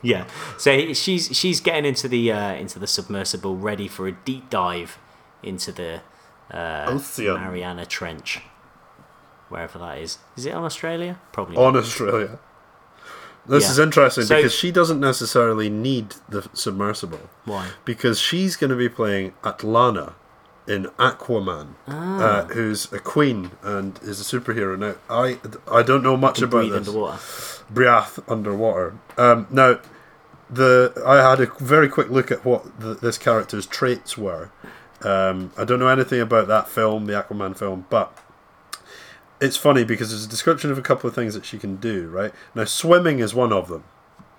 [LAUGHS] So he, she's she's getting into the uh, into the submersible, ready for a deep dive into the uh,
Ocean.
Mariana Trench, wherever that is. Is it on Australia? Probably. not.
On Australia. This
Yeah.
is interesting
So-
because she doesn't necessarily need the submersible.
Why?
Because she's going to be playing Atlana in Aquaman,
Ah.
uh, who's a queen and is a superhero. Now, I I don't know much about
Breathe
this.
underwater.
Briath underwater. Um, now, the I had a very quick look at what the, this character's traits were. Um, I don't know anything about that film, the Aquaman film, but it's funny because there's a description of a couple of things that she can do. Right now, swimming is one of them.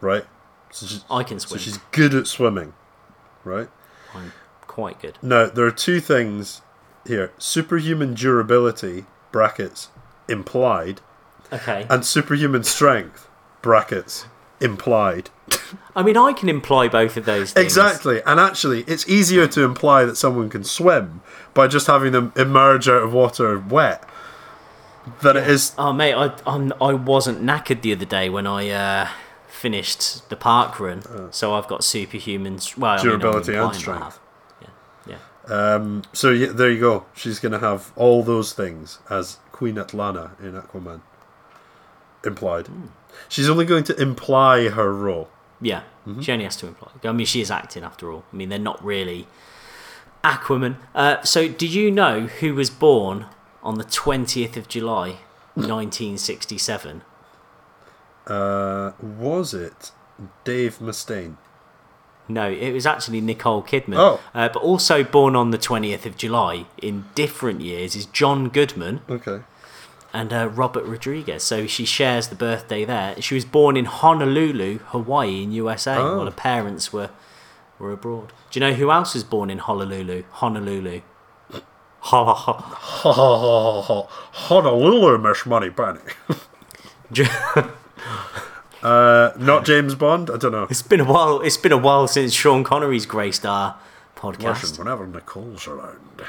Right, so she's,
I can
so
swim.
she's good at swimming. Right
I'm quite good.
now, there are two things here: superhuman durability (brackets implied)
Okay.
and superhuman strength (brackets implied).
I mean, I can imply both of those things.
Exactly. And actually, it's easier to imply that someone can swim by just having them emerge out of water wet than it is.
Oh mate, I I'm, I wasn't knackered the other day when I uh, finished the park run, so I've got superhuman s- well, I mean, I'm
Oh. Durability and
implying I
strength.
have. Yeah,
So yeah, there you go. She's going to have all those things as Queen Atlana in Aquaman. Implied. She's only going to imply her role.
yeah. yeah.
Mm-hmm.
She only has to imply. I mean, she is acting after all. I mean, they're not really Aquaman. Uh, so, do you know who was born on the twentieth of July, nineteen sixty-seven?
Uh, was it Dave Mustaine?
No, it was actually Nicole Kidman.
Oh.
Uh, but also born on the 20th of July in different years is John Goodman
Okay.
and uh, Robert Rodriguez. So she shares the birthday there. She was born in Honolulu, Hawaii, in USA, while her parents were were abroad. Do you know who else was born in Honolulu? Honolulu. [LAUGHS] Holla- ho-
Ha ha ha ha ha. Honolulu, Miss Money Penny.
Do-
Uh, [LAUGHS] not James Bond? I don't know.
it's been a while. It's been a while since Sean Connery's Grey Star
Listen,
podcast.
whenever Nicole's around.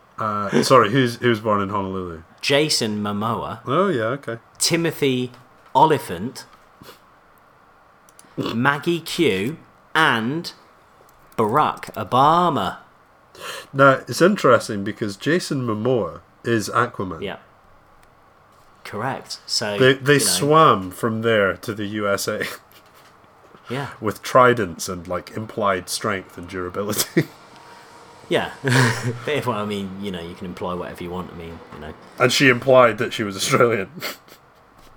[LAUGHS] uh, sorry, who's who's born in Honolulu?
Jason Momoa,
Oh yeah, okay.
Timothy Oliphant, Maggie Q, and Barack Obama.
Now it's interesting because Jason Momoa is Aquaman.
Yeah. Correct. So
They they
you know,
swam from there to the USA
Yeah.
[LAUGHS] with tridents and like implied strength and durability. [LAUGHS]
Yeah. [LAUGHS] but if, well, I mean, you know, you can imply whatever you want. I mean, you know.
and she implied that she was Australian. [LAUGHS]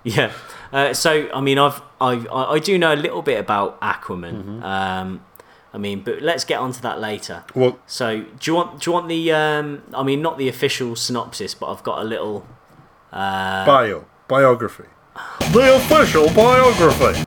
Yeah. Uh, so I mean, I've, I've I I do know a little bit about Aquaman.
Mm-hmm.
Um, I mean, but let's get onto that later.
well,
So do you want do you want the um, I mean not the official synopsis, but I've got a little Uh.
bio biography. The official
[LAUGHS]
biography.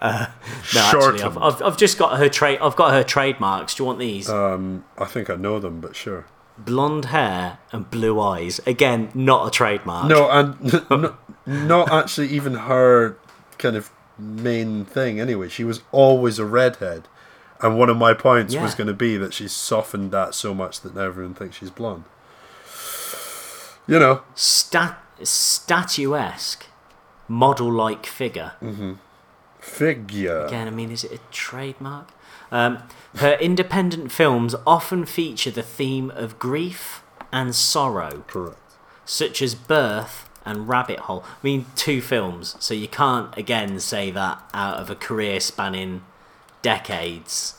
Uh, No, actually, I've,
Shortened.
I've, I've just got her trade. I've got her trademarks. Do you want these?
Uh. I think I know them, but sure.
Blonde hair and blue eyes. Again, not a trademark.
No, and [LAUGHS] n- n- not actually even her kind of main thing anyway. She was always a redhead. And one of my points
Yeah.
was going to be that she's softened that so much that now everyone thinks she's blonde. You know,
Stat- statuesque, model-like figure.
figure.
Again, I mean, is it a trademark? Um, her independent films often feature the theme of grief and sorrow,
Correct.
such as Birth and Rabbit Hole. I mean, two films, so you can't again say that out of a career spanning decades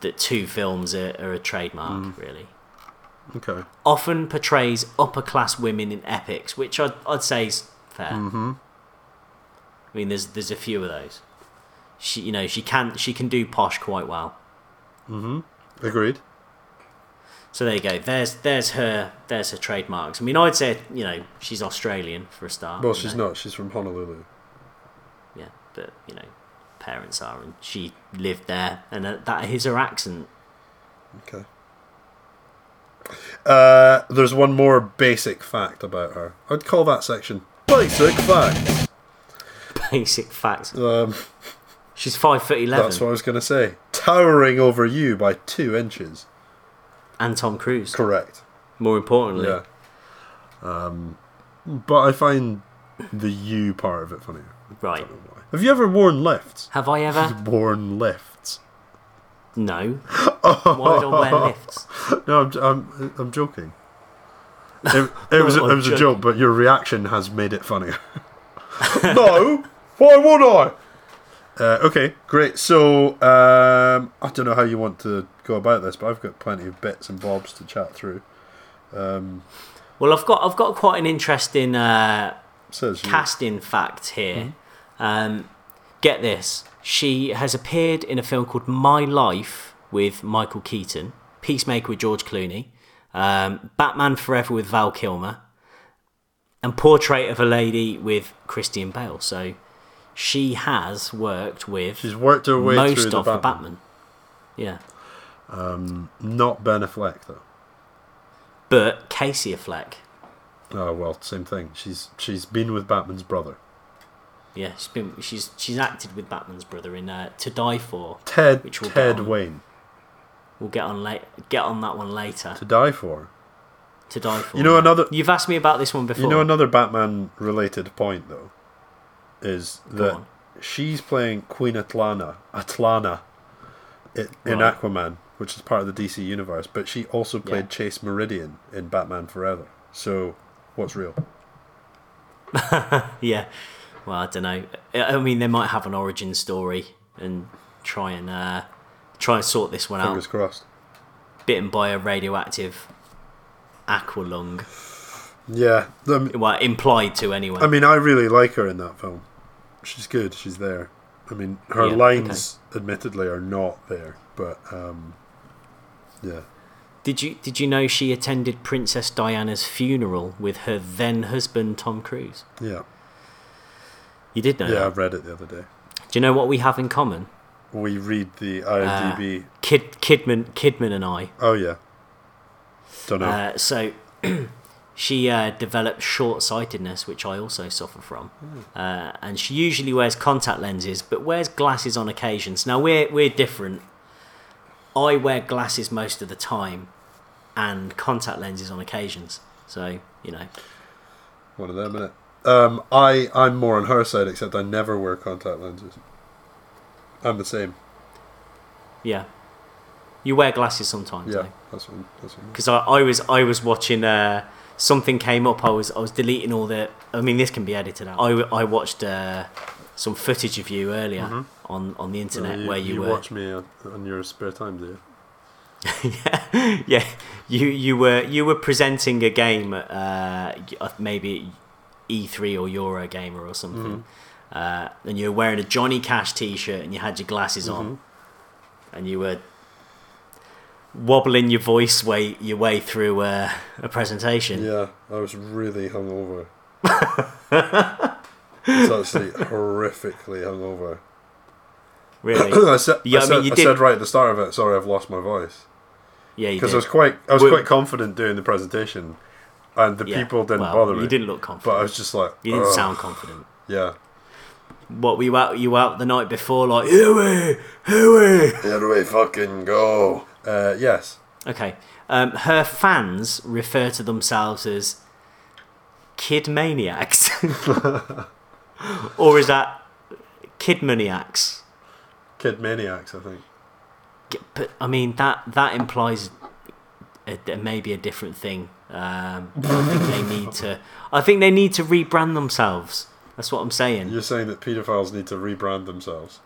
that two films are, are a trademark, really.
Okay.
Often portrays upper class women in epics, which I'd, I'd say is fair. Mm-hmm. I mean, there's there's a few of those. She, you know, she can she can do posh quite well.
Agreed.
So there you go. There's there's her there's her trademarks. I mean, I'd say you know she's Australian for a start.
Well,
you
she's
know.
not. She's from Honolulu.
Yeah, but you know, parents are, and she lived there, and uh, that is her accent. [LAUGHS]
Okay. Uh, there's one more basic fact about her. I'd call that section basic facts.
Basic facts.
Um,
She's five foot
that's what
eleven,
I was going to say. Towering over you by two inches.
and Tom Cruise.
Correct.
More importantly,
Yeah. Um, but I find the you part of it funnier.
right?
Have you ever worn lifts?
Have I ever?
Worn lifts? [LAUGHS]
No. Why would I wear lifts?
No, I'm, I'm, I'm joking. It, it was, it
I'm
was a
joking.
joke, but your reaction has made it funnier. no, why would I? Uh, okay, great. So um, I don't know how you want to go about this, but I've got plenty of bits and bobs to chat through.
Well, I've got I've got quite an interesting uh,
Says you.
casting fact here.
Mm-hmm.
Um, get this: she has appeared in a film called My Life with Michael Keaton, Peacemaker with George Clooney, um, Batman Forever with Val Kilmer, and Portrait of a Lady with Christian Bale. So she has worked with
She's worked her way
most
through the
of the
Batman.
Batman. Yeah,
Not Ben Affleck though.
but Casey Affleck.
Ah, Oh well, same thing. She's she's been with Batman's brother.
Yeah, she's been she's she's acted with Batman's brother in uh, To Die For.
Ted
Which we'll
Ted
get on.
Wayne
We'll get on late get on that one later.
to die for.
To Die For.
You know another
You've asked me about this one before.
you know another Batman related point though is that
on.
she's playing Queen Atlana Atlana in, in
Right.
Aquaman, which is part of the DC universe, but she also played
Yeah.
Chase Meridian in Batman Forever. So what's real?
yeah. Well, I don't know. I mean, they might have an origin story and try and uh, try and sort this one
Fingers
out.
crossed.
Bitten by a radioactive aqua lung.
Yeah, um,
Well, implied to anyway.
I mean, I really like her in that film. She's good. She's there. I mean, her
Yeah,
lines, admittedly, are not there, but um, yeah.
did you did you know she attended Princess Diana's funeral with her then husband Tom Cruise?
Yeah,
You did know.
yeah. I
that?
read it the other day.
Do you know what we have in common?
We read the
Ah.
IMDb.
Kid Kidman Kidman and I.
oh yeah. Don't know.
Uh, so [CLEARS THROAT] she uh, developed short sightedness, which I also suffer from. Uh, and she usually wears contact lenses, but wears glasses on occasions. Now we're we're different. I wear glasses most of the time, and contact lenses on occasions. So you know,
One of them, innit? Um, I I'm more on her side, except I never wear contact lenses. I'm the same.
yeah, you wear glasses sometimes.
Yeah,
though.
that's what. That's what.
because I, I was I was watching uh, something came up. I was I was deleting all the. I mean, this can be edited out. I, w- I watched uh, some footage of you earlier on, on the internet
you,
where you,
Mm-hmm. you
were.
watch me on, on your spare time, do you?
[LAUGHS] yeah, you you were you were presenting a game, uh, y- maybe E three or Euro gamer or something,
Mm-hmm.
uh, and you were wearing a Johnny Cash t shirt and you had your glasses on,
Mm-hmm.
and you were wobbling your voice way your way through uh, a presentation.
Yeah, I was really
[LAUGHS]
hungover. it's actually horrifically hungover. [CLEARS THROAT]
Really?
I said,
Yeah,
I,
I
said,
mean, you
I
did-
said right at the start of it. Sorry, I've lost my voice
Yeah, you
because I was
did.
quite, I was
Well-
quite confident doing the presentation, and the
Yeah,
people didn't
well,
bother me.
You didn't look
but
confident.
I was just like,
you didn't
"Ugh."
sound confident.
Yeah,
What were you out? You out the night before, like hooey, hooey.
here we fucking go. Uh, yes,
Okay. Um, her fans refer to themselves as kid maniacs, [LAUGHS] or is that kid maniacs?
kid maniacs. I think.
G- But I mean that that implies a, a- maybe a different thing. Um, I think they need to. I think they need to rebrand themselves. That's what I'm saying.
You're saying that paedophiles need to rebrand themselves.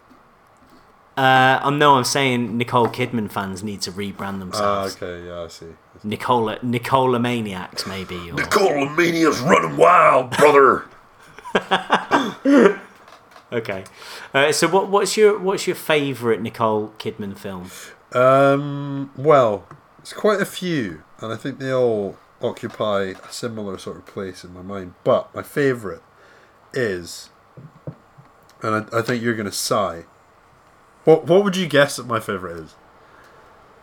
Uh, I'm no, I'm saying Nicole Kidman fans need to rebrand
Ah,
themselves.
okay, yeah, I see.
Nicola Nicola maniacs maybe. Or,
Nicole Mania's running wild, [LAUGHS] brother.
okay. Uh, so what what's your what's your favourite Nicole Kidman film?
Um, well, it's quite a few, and I think they all occupy a similar sort of place in my mind. But my favourite is, and I, I think you're going to sigh. What What would you guess that my favourite is?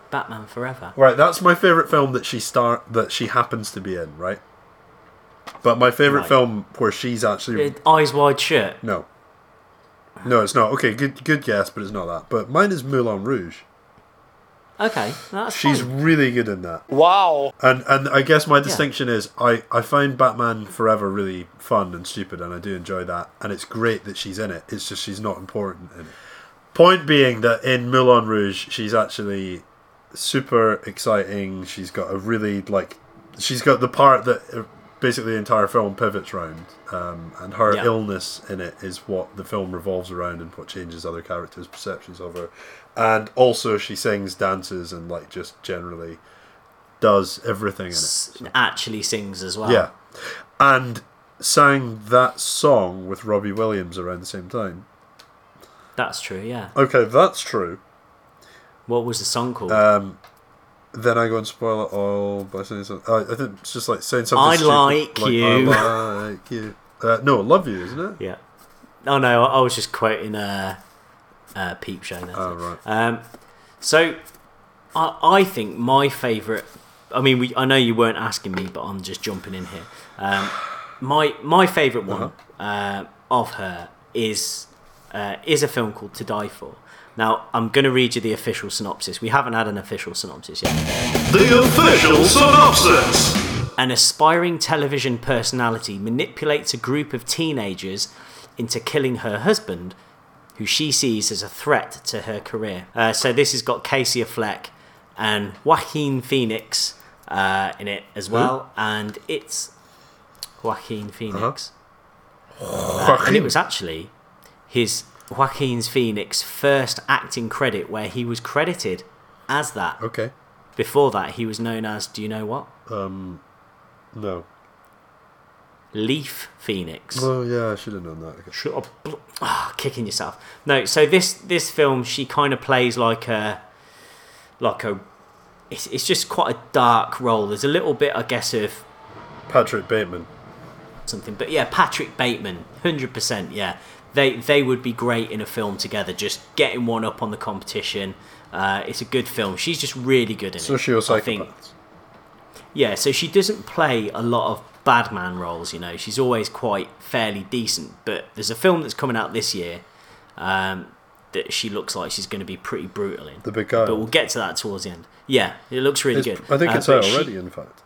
Batman Forever.
Right, that's my favourite film that she star that she happens to be in, right? But my favourite
Right.
film where she's actually
Uh, Eyes Wide Shut.
no, no, it's not. Okay, good good guess, but it's not that. But mine is Moulin Rouge.
Okay, that's
She's
fine.
really good in that. Wow. And and I guess my distinction is I I find Batman Forever really fun and stupid, and I do enjoy that. And it's great that she's in it. It's just she's not important in it. Point being that in Moulin Rouge, she's actually super exciting. She's got a really like she's got the part that uh, basically the entire film pivots around, um, and her
Yeah.
illness in it is what the film revolves around and what changes other characters' perceptions of her. And also, she sings, dances, and like just generally does everything in it.
S- actually sings as well.
Yeah, and sang that song with Robbie Williams around the same time.
That's true, yeah.
Okay, if that's true.
What was the song called?
Uh, Then I go and spoil it all by saying something. I think it's just like saying something.
I
stupid,
like you.
I like you. Uh, no, love you, isn't it?
yeah. Oh no, I, I was just quoting a uh, uh, peep show. That's
Oh
it.
right.
Um, so, I, I think my favourite. I mean, we, I know you weren't asking me, but I'm just jumping in here. Um, my my favourite one uh of her is uh, is a film called To Die For. Now, I'm going to read you the official synopsis. We haven't had an official synopsis yet.
The official synopsis.
An aspiring television personality manipulates a group of teenagers into killing her husband, who she sees as a threat to her career. Uh, so this has got Casey Affleck and Joaquin Phoenix uh, in it as well, and it's Joaquin Phoenix. Uh, And it was actually his Joaquin Phoenix first acting credit where he was credited as that.
Okay.
Before that, he was known as, do you know what?
No.
Leaf Phoenix.
Oh yeah, I should have known that.
Shut up. bl- Ah, kicking yourself. No, so this this film she kind of plays like a like a it's, it's just quite a dark role. There's a little bit I guess of
Patrick Bateman.
something. But yeah, Patrick Bateman, 100%, yeah. They they would be great in a film together just getting one up on the competition. Uh, it's a good film. She's just really good in it. I think
Sociopaths.
yeah, so she doesn't play a lot of bad man roles, you know. She's always quite fairly decent, but there's a film that's coming out this year um, that she looks like she's going to be pretty brutal in.
The big guy.
but we'll get to that towards the end. Yeah, it looks really
It's-
good.
I think
Uh,
it's
but
out
she-
already. In fact.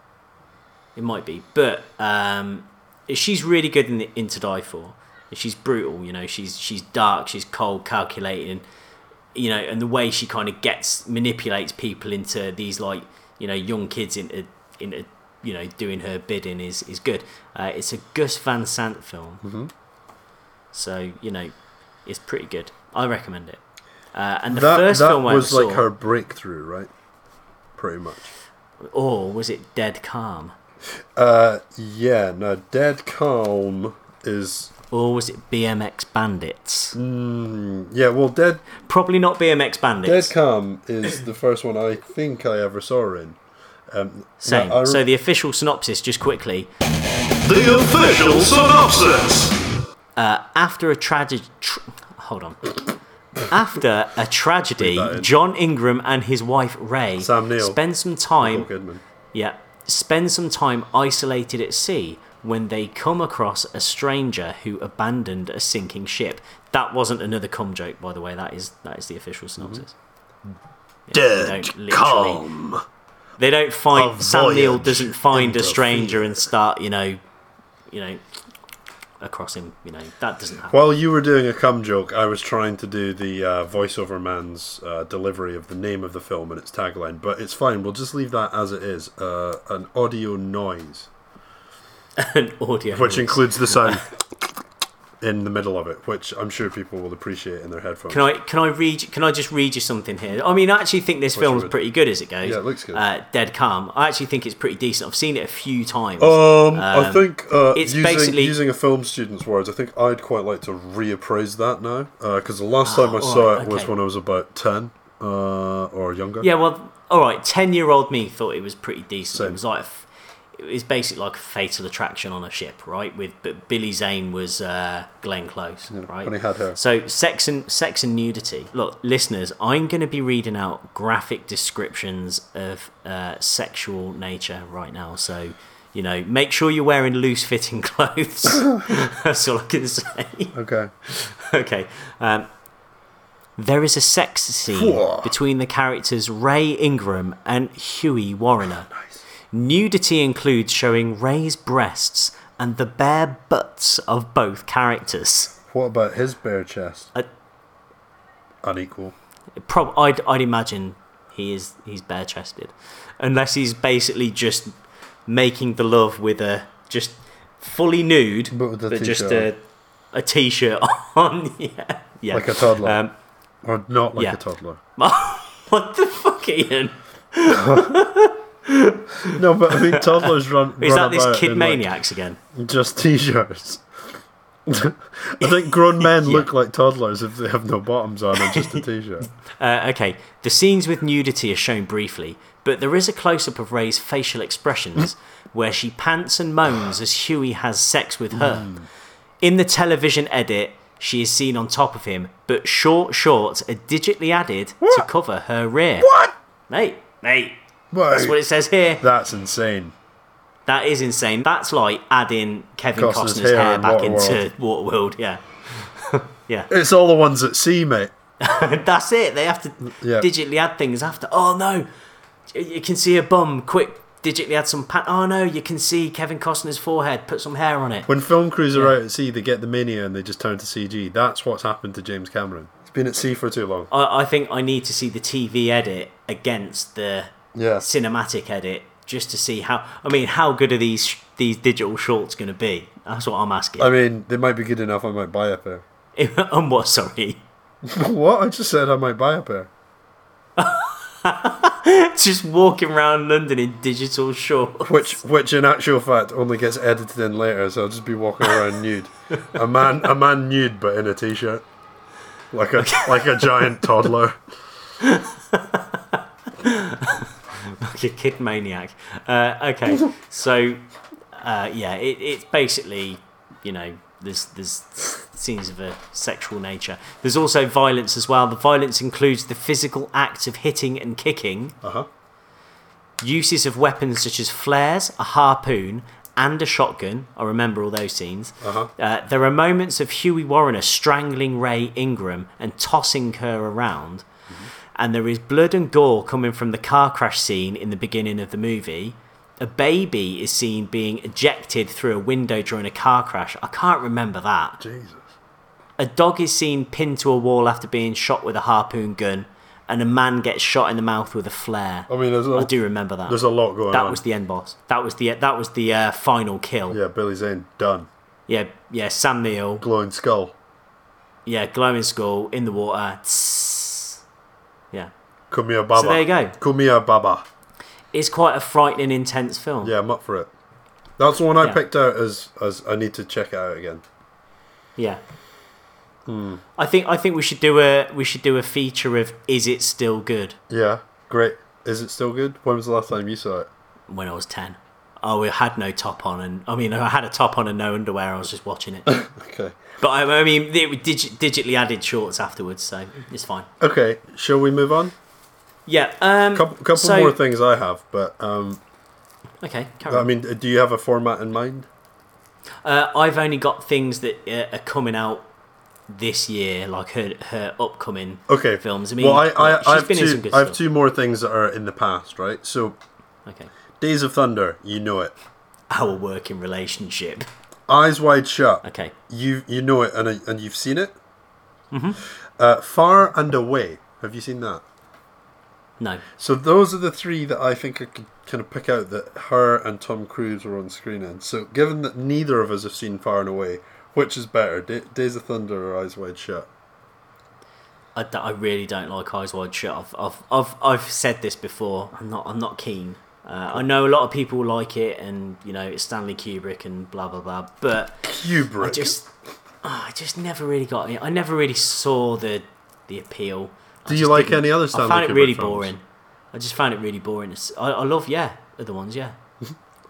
it might be, but um, she's really good in, in to die for. She's brutal, you know. She's she's dark, she's cold, calculating, you know. And the way she kind of gets manipulates people into these like you know young kids into into you know doing her bidding is is good. Uh, it's a Gus Van Sant film,
Mm-hmm.
so you know it's pretty good. I recommend it. Uh, and the
that
first
that
film I
was
ever
like
saw,
her breakthrough, right? Pretty much.
or oh, was it Dead Calm,
Yeah. Now, Dead Calm is
or was it BMX Bandits?
yeah. Well, Dead
Probably not BMX
Dead
Bandits.
Calm is the first one I think I ever saw her in.
Same.
No, I re-
so the official synopsis, just quickly.
The official synopsis.
Uh, After a tragedy, tr- hold on. After a tragedy,
that in.
John Ingram and his wife Ray
Sam Neill.
spend some time.
Paul Goodman.
Yeah, spend some time isolated at sea when they come across a stranger who abandoned a sinking ship. That wasn't another cum joke, by the way. That is that is the official synopsis. Yeah, they don't
Dead
literally-
calm.
They don't find
A
Sam Neill
voyage
doesn't find a
into
stranger and start, you know, you know, across him. You know that doesn't happen.
While you were doing a cum joke, I was trying to do the uh, voiceover man's uh, delivery of the name of the film and its tagline, but it's fine. We'll just leave that as it is. Uh, an audio noise,
An [LAUGHS] audio,
which
noise.
includes the sound
[LAUGHS]
in the middle of it, which I'm sure people will appreciate in their headphones.
Can I can I read? you- Can I just read you something here? I mean, I actually think this film's
would.
pretty good as it goes.
Yeah, it looks good.
Uh, Dead Calm. I actually think it's pretty decent. I've seen it a few times.
Um, I think uh,
it's
using,
basically-
using a film student's words, I think I'd quite like to reappraise that now because the last time I saw it
alright,
was
Ah, okay.
when I was about ten uh, or younger.
yeah, well, all right. Ten-year-old me thought it was pretty decent.
Same.
It was like. a f- It was basically like a fatal attraction on a ship, right? With but Billy Zane was uh, Glenn Close, right?
when he had her.
So sex and sex and nudity. Look, listeners, I'm going to be reading out graphic descriptions of uh, sexual nature right now. So, you know, make sure you're wearing loose-fitting [LAUGHS]
[LAUGHS]
clothes. That's all I can say.
Okay.
okay. Um, there is a sex scene between the characters Ray Ingram and Huey Warriner.
Oh,
Nudity includes showing Ray's breasts and the bare butts of both characters.
What about his bare chest?
I-
Unequal.
Prob- I'd, I'd imagine he is he's bare chested, unless he's basically just making the love with a just fully nude,
But with a
just
t-shirt
a a t-shirt [LAUGHS] on. yeah, yeah,
Like a toddler.
Um,
Or not like
yeah.
a toddler.
[LAUGHS] what the fuck, Ian?
No, but
[LAUGHS]
I mean toddlers run.
Is
run
that this
about
kid
in, like,
maniacs again?
just t-shirts. [LAUGHS] I think grown
[LAUGHS]
men look like toddlers if they have no bottoms on and just a t-shirt.
Uh, okay, the scenes with nudity are shown briefly, but there is a close up of Ray's
[LAUGHS]
facial expressions where she pants and moans as Huey has sex with her.
Hmm.
In the television edit, she is seen on top of him, but short shorts are digitally added to cover her rear. What? Mate, mate, [LAUGHS] that's what it says here.
That's insane.
That is insane. That's like adding Kevin
Costner's
Costner's, hair,
hair in
back
Waterworld.
into Waterworld, yeah. Yeah.
It's all the ones at sea, mate.
That's it. They have to
Yeah.
digitally add things after. Oh no, Y- you can see a bum. Quick, digitally add some pat. Oh no, you can see Kevin Costner's forehead. Put some hair on it.
When film crews are out at sea, they get the mania and they just turn to CG. That's what's happened to James Cameron. He's been at sea for too long.
I, I think I need to see the TV edit against the
Yeah.
cinematic edit just to see how. I mean, how good are these sh- these digital shorts going to be? That's what I'm asking.
I mean, they might be good enough. I might buy a pair. [LAUGHS]
[LAUGHS] and what? Sorry, [LAUGHS]
what? I just said I might buy a pair.
just walking around London in digital shorts.
Which, which in actual fact, only gets edited in later. So I'll just be walking
[LAUGHS]
around nude, a man, a man nude, but in a t-shirt, like a like a
[LAUGHS]
giant toddler.
like a kid maniac. Uh, okay, so uh, yeah, it, it's basically you know there's there's scenes of a sexual nature. There's also violence as well. The violence includes the physical acts of hitting and kicking,
Uh-huh.
uses of weapons such as flares, a harpoon. And a shotgun. I remember all those scenes. Uh-huh. there are moments of Huey Warrener strangling Ray Ingram and tossing her around
Mm-hmm.
and there is blood and gore coming from the car crash scene in the beginning of the movie. A baby is seen being ejected through a window during a car crash. I can't remember that.
Jesus.
A dog is seen pinned to a wall after being shot with a harpoon gun, and a man gets shot in the mouth with a flare.
I mean, there's a,
I do remember that.
there's a lot going
that
on.
was the end boss. That was the that was the uh, final kill.
uh, yeah, Billy Zane done.
yeah, yeah, Sam Neill.
Glowing skull.
Yeah, glowing skull in the water. Tss. Yeah,
Kumia Baba.
So there you go.
Kumia Baba.
it's quite a frightening, intense film.
Yeah, I'm up for it. That's the one I
Yeah.
picked out as as I need to check it out again.
Yeah.
Hmm.
I think I think we should do a we should do a feature of is it still good
Yeah, great. Is it still good? When was the last time you saw it?
when I was ten. Oh, I had no top on, and I mean I had a top on and no underwear. I was just watching it,
[LAUGHS]
but
Okay.
I, I mean it was digi- digitally added shorts afterwards, so it's fine.
Okay, shall we move on?
Yeah. Um.
Couple, couple
so-
more things I have, but um,
Okay. Carry
I
on.
mean, do you have a format in mind?
uh, I've only got things that uh, are coming out this year, like her her upcoming
Okay.
films. I mean,
well, I, I,
like, she's
I have
been
two.
in some good
I have
stuff.
two more things that are in the past, right? So,
Okay.
Days of Thunder, you know it.
Our working relationship.
Eyes Wide Shut,
Okay.
you you know it, and I- and you've seen it. Mm-hmm. Uh, Far and Away, have you seen that?
No.
So those are the three that I think I could kind of pick out that her and Tom Cruise were on screen in. So given that neither of us have seen Far and Away, which is better, Da Days of Thunder or Eyes Wide Shut?
I, d- I really don't like Eyes Wide Shut. I've, I've, I've, I've said this before. I'm not I'm not keen. Uh, I know a lot of people like it, and you know it's Stanley Kubrick and blah blah blah. But
Kubrick.
I just oh, I just never really got it. I never really saw the the appeal. I
Do you
just
like
didn't-
any other
I
Stanley
found it
Kubrick
really
films?
boring. I just found it really boring. It's- I, I love yeah other ones yeah.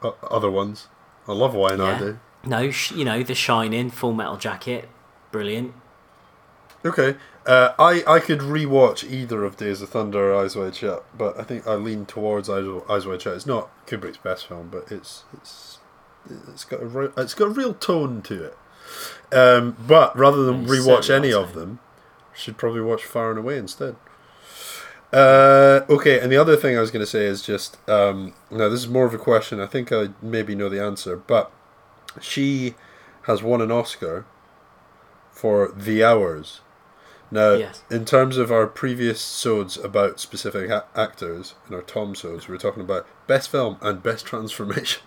O- other ones. I love Why and I
yeah.
Do.
No, sh- you know The Shining, Full Metal Jacket, brilliant.
Okay. Uh, I I could rewatch either of Days of Thunder or Eyes Wide Shut, but I think I lean towards Eyes, Eyes Wide Shut. It's not Kubrick's best film, but it's it's it's got a re- it's got a real tone to it. Um, but rather than
Yeah, you
rewatch
certainly
any
are
of
saying.
them, should probably watch Far and Away instead. Uh, okay, and the other thing I was going to say is just um, now this is more of a question. I think I maybe know the answer, but she has won an Oscar for The Hours. Now,
Yes.
in terms of our previous sods about specific a- actors and our Tom sods, we were talking about best film and best [LAUGHS] transformation.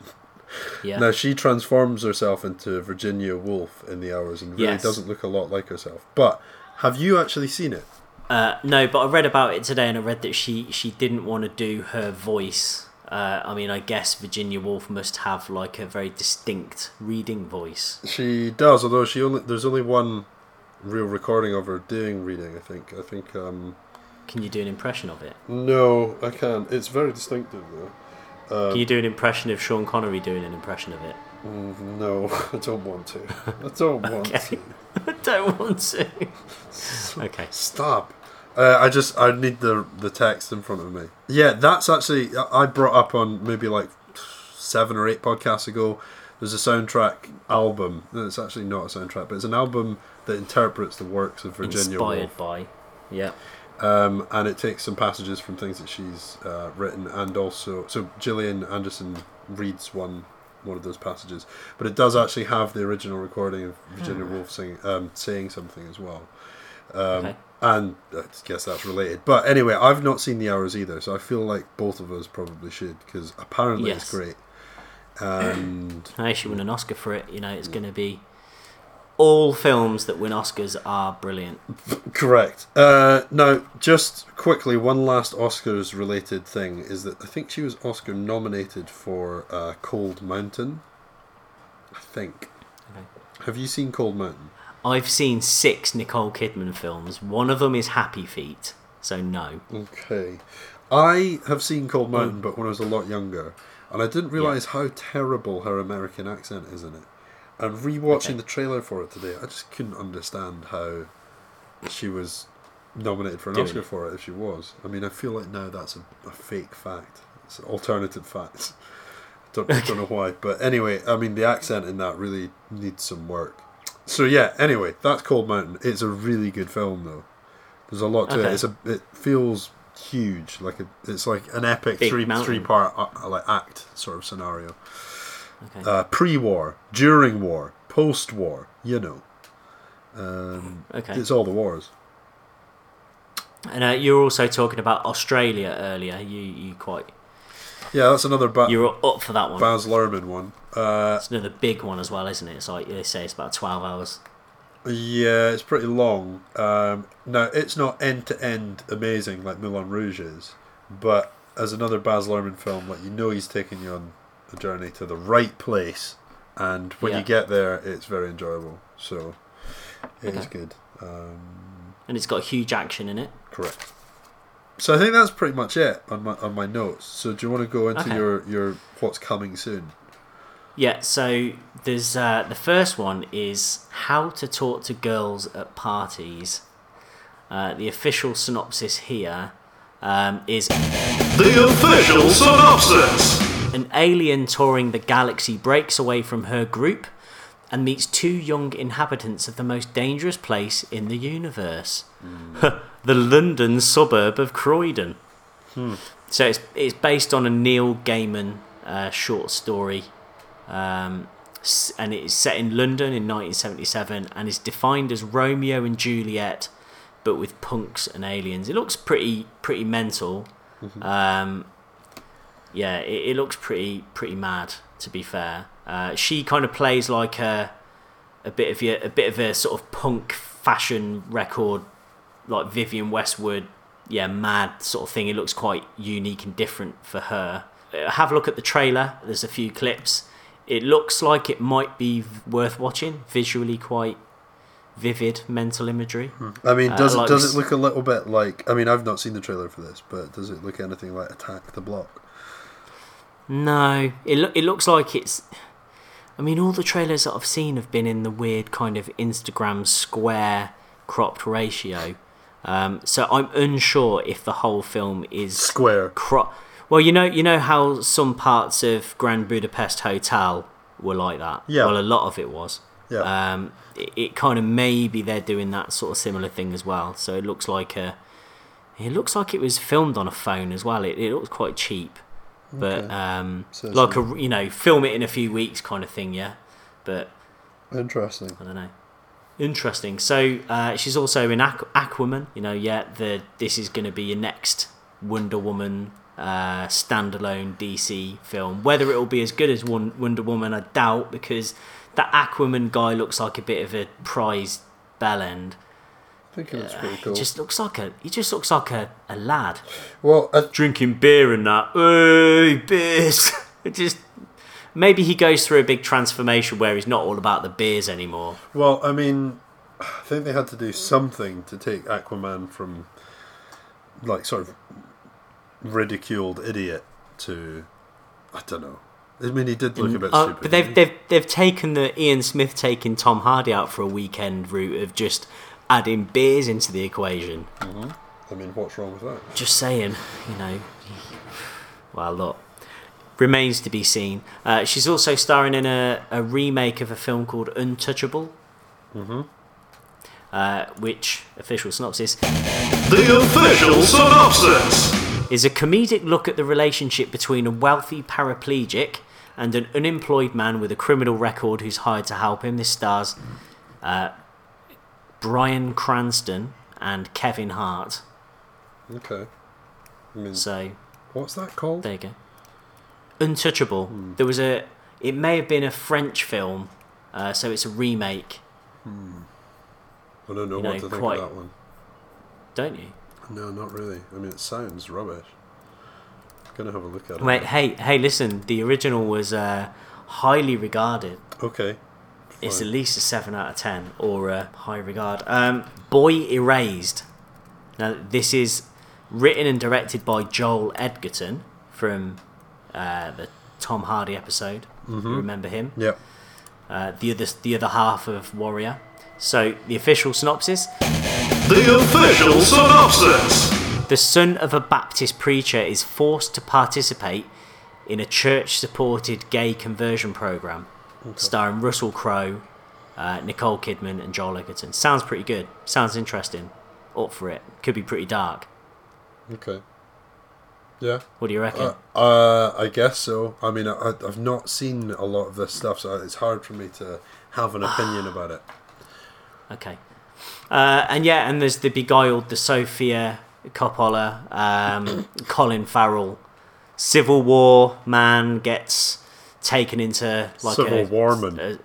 Yeah.
Now she transforms herself into Virginia Woolf in the hours and really
Yes.
doesn't look a lot like herself. But have you actually seen it?
Uh, No, but I read about it today, and I read that she she didn't want to do her voice. Uh, I mean, I guess Virginia Woolf must have like a very distinct reading voice.
She does, although she only there's only one real recording of her doing reading. I think. I think. Um,
Can you do an impression of it?
no, I can't. It's very distinctive though.
Can you do an impression of Sean Connery doing an impression of it?
No, [LAUGHS] I don't want to. I don't want to.
I don't want to. okay.
Stop. Uh, I just I need the the text in front of me. Yeah, that's actually I I brought up on maybe like seven or eight podcasts ago There's a soundtrack album. no, It's actually not a soundtrack, but it's an album that interprets the works of Virginia Woolf.
Inspired by. Yeah.
Um, and it takes some passages from things that she's uh, written, and also so Gillian Anderson reads one one of those passages, but it does actually have the original recording of Virginia Woolf singing um, saying something as well. Um,
Okay.
And I guess that's related. But anyway, I've not seen the hours either, so I feel like both of us probably should because apparently it's
Yes.
great. And
I actually won an Oscar for it. You know,
Mm.
it's going to be. All films that win Oscars are brilliant.
Correct. Uh, now, just quickly, one last Oscars related thing is that I think she was Oscar nominated for uh, Cold Mountain. I think. Have you seen Cold Mountain?
I've seen six Nicole Kidman films. One of them is Happy Feet, so no.
Okay. I have seen Cold Mountain, but when I was a lot younger, and I didn't realize how terrible her American accent is in it. And rewatching the trailer for it today, I just couldn't understand how she was nominated for an
Doing
Oscar
it.
for it if she was. I mean, I feel like now that's a, a fake fact. It's an alternative fact. [LAUGHS] don't, don't know why, but anyway, I mean, the accent in that really needs some work. So yeah, anyway, that's Cold Mountain. It's a really good film though. There's a lot to it.
Okay.
It's a it feels huge, like a, it's like an epic
Big
three
mountain.
three part uh, like act sort of scenario.
Okay.
Uh, Pre war, during war, post war. You know,
okay.
it's all the wars.
And uh, you were also talking about Australia earlier. You you quite
Yeah, that's another ba-
you were up for that one.
Baz Luhrmann one. Uh,
It's another big one as well, isn't it? It's like they say it's about twelve hours.
yeah, it's pretty long. Um, now it's not end to end amazing like Moulin Rouge is, but as another Baz Luhrmann film, like you know he's taking you on a journey to the right place, and when
Yeah.
you get there, it's very enjoyable. So it is good.
And it's got huge action in it.
Correct. So I think that's pretty much it on my on my notes. So do you want to go into
Okay.
your your what's coming soon?
Yeah, so there's uh, the first one is how to talk to girls at parties. Uh, the official synopsis here um, is
The official synopsis.
An alien touring the galaxy breaks away from her group and meets two young inhabitants of the most dangerous place in the universe Hmm. [LAUGHS] the London suburb of Croydon. Hmm. So it's, it's based on a Neil Gaiman uh, short story. Um, s- and it is set in London in 1977 and is defined as Romeo and Juliet, but with punks and aliens. It looks pretty pretty mental. Um, yeah, it, it looks pretty pretty mad. To be fair, uh, she kind of plays like a a bit of a, a bit of a sort of punk fashion record, like Vivian Westwood. Yeah, mad sort of thing. It looks quite unique and different for her. Uh, Have a look at the trailer. There's a few clips. It looks like it might be v- worth watching. Visually, quite vivid mental imagery.
I mean, does
Uh,
it
like
does
we s-
it look a little bit like? I mean, I've not seen the trailer for this, but does it look anything like Attack the Block?
No, it lo- it looks like it's. I mean, all the trailers that I've seen have been in the weird kind of Instagram square cropped ratio. Um, so I'm unsure if the whole film is
Square.
Cro- well, you know, you know how some parts of Grand Budapest Hotel were like that.
Yeah.
Well, a lot of it was.
Yeah.
Um, it, it kind of maybe they're doing that sort of similar thing as well. So it looks like a. It looks like it was filmed on a phone as well. It, it looks quite cheap, but um,
So it's
like a you know film it in a few weeks kind of thing, yeah. But
Interesting.
I don't know. Interesting. So uh, she's also in Aqu- Aquaman. You know, yeah, the this is going to be your next Wonder Woman uh, standalone DC film. Whether it will be as good as one Wonder Woman, I doubt because that Aquaman guy looks like a bit of a prize bell end.
I think it looks pretty
He
cool.
just looks like a he just looks like a, a lad
well, uh, I,
drinking beer and that. Hey, beers. [LAUGHS] it just maybe he goes through a big transformation where he's not all about the beers anymore.
well, I mean, I think they had to do something to take Aquaman from like sort of ridiculed idiot to I don't know. I mean, he did look a bit
Uh,
stupid.
but they've they've they've taken the Ian Smith taking Tom Hardy out for a weekend route of just adding beers into the equation.
I mean, what's wrong with that?
Just saying, you know. Well, look. remains to be seen. Uh, she's also starring in a, a remake of a film called Untouchable. Uh, which official synopsis
The official synopsis.
is a comedic look at the relationship between a wealthy paraplegic and an unemployed man with a criminal record who's hired to help him. This stars uh, Brian Cranston and Kevin Hart.
Okay.
So
What's that called?
there you go. Untouchable. There was a. It may have been a French film, uh, so it's a remake.
I don't know
you know,
what to think
quite-
of that one.
Don't you?
No, not really. I mean, it sounds rubbish. Gonna have a look at it.
Wait, hey, hey, listen. The original was uh, highly regarded.
Okay.
It's at
Fine.
least a seven out of ten or a high regard. Um, Boy Erased. Now this is written and directed by Joel Edgerton from uh, the Tom Hardy episode. Remember him?
Yep.
Uh, the other the other half of Warrior. So the official synopsis.
The official synopsis.
The son of a Baptist preacher is forced to participate in a church supported gay conversion program, starring Russell Crowe, uh, Nicole Kidman, and Joel Edgerton. Sounds pretty good. Sounds interesting. Up for it. Could be pretty dark.
Okay. Yeah.
What do you reckon?
Uh, uh, I guess so. I mean, I, I- I've not seen a lot of this stuff, so it's hard for me to have an
[SIGHS]
opinion about it.
okay. Uh, and yeah, and there's the Beguiled, the Sophia Coppola, um, Colin Farrell. Civil War man gets taken into like
Civil
a,
Warman.
a-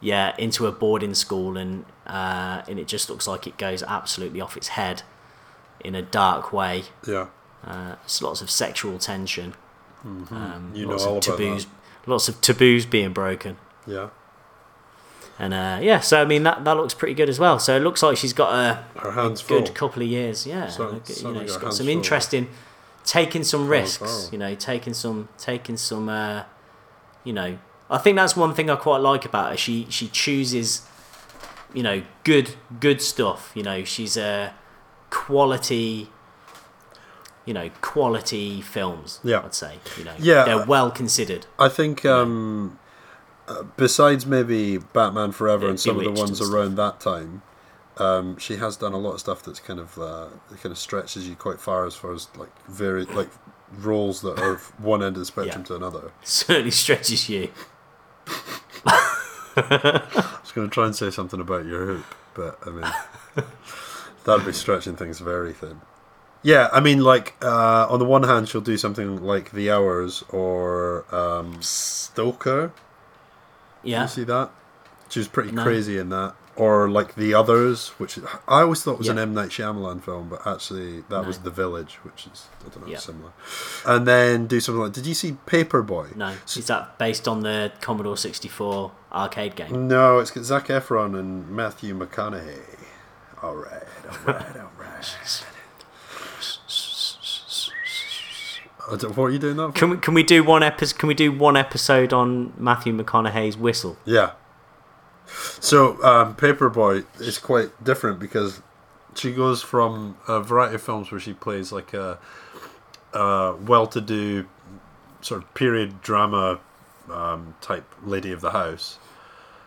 yeah, into a boarding school, and uh, and it just looks like it goes absolutely off its head in a dark way.
Yeah.
Uh, it's lots of sexual tension. Um,
You
lots
know all
of
about
taboos, lots of taboos being broken,
Yeah.
and uh, yeah. So I mean that that looks pretty good as well. So it looks like she's got a
Her hands full.
good couple of years. Yeah,
Certainly-
Look at- you know,
certainly
she's
got
got
hands
some
full.
interesting, taking some risks.
Farrell.
You know, taking some, taking some. Uh, you know, I think that's one thing I quite like about her. She she chooses, you know, good good stuff. You know, she's a quality. You know, quality films.
Yeah.
I'd say. You know,
Yeah.
they're well considered. [LAUGHS]
I think um, uh, besides maybe Batman Forever and some of the
Bewitched
ones
and stuff.
around that time, um, she has done a lot of stuff that's kind of uh, that kind of stretches you quite far as far as like very like roles that are f- one end of the spectrum
Yeah.
to another.
Certainly stretches you.
I was going to try and say something about your hoop, but I mean
[LAUGHS]
that'd be stretching things very thin. Yeah, I mean, like uh, on the one hand, she'll do something like The Hours or um, Stoker.
Yeah.
You see that? She was pretty
No.
crazy in that. Or like The Others, which is- I always thought was an
Yeah.
M Night Shyamalan film, but actually that was The Village, which is I don't know
Yeah.
similar. And then do something like Did you see Paperboy?
No, is that based on the Commodore 64 arcade game?
No, it's got Zac Efron and Matthew McConaughey. All right, all right, all right. I don't- what are you doing that? For?
Can we, can we do one episode? Can we do one episode on Matthew McConaughey's whistle?
Yeah. So um, Paperboy is quite different because she goes from a variety of films where she plays like a, a well-to-do sort of period drama um, type lady of the house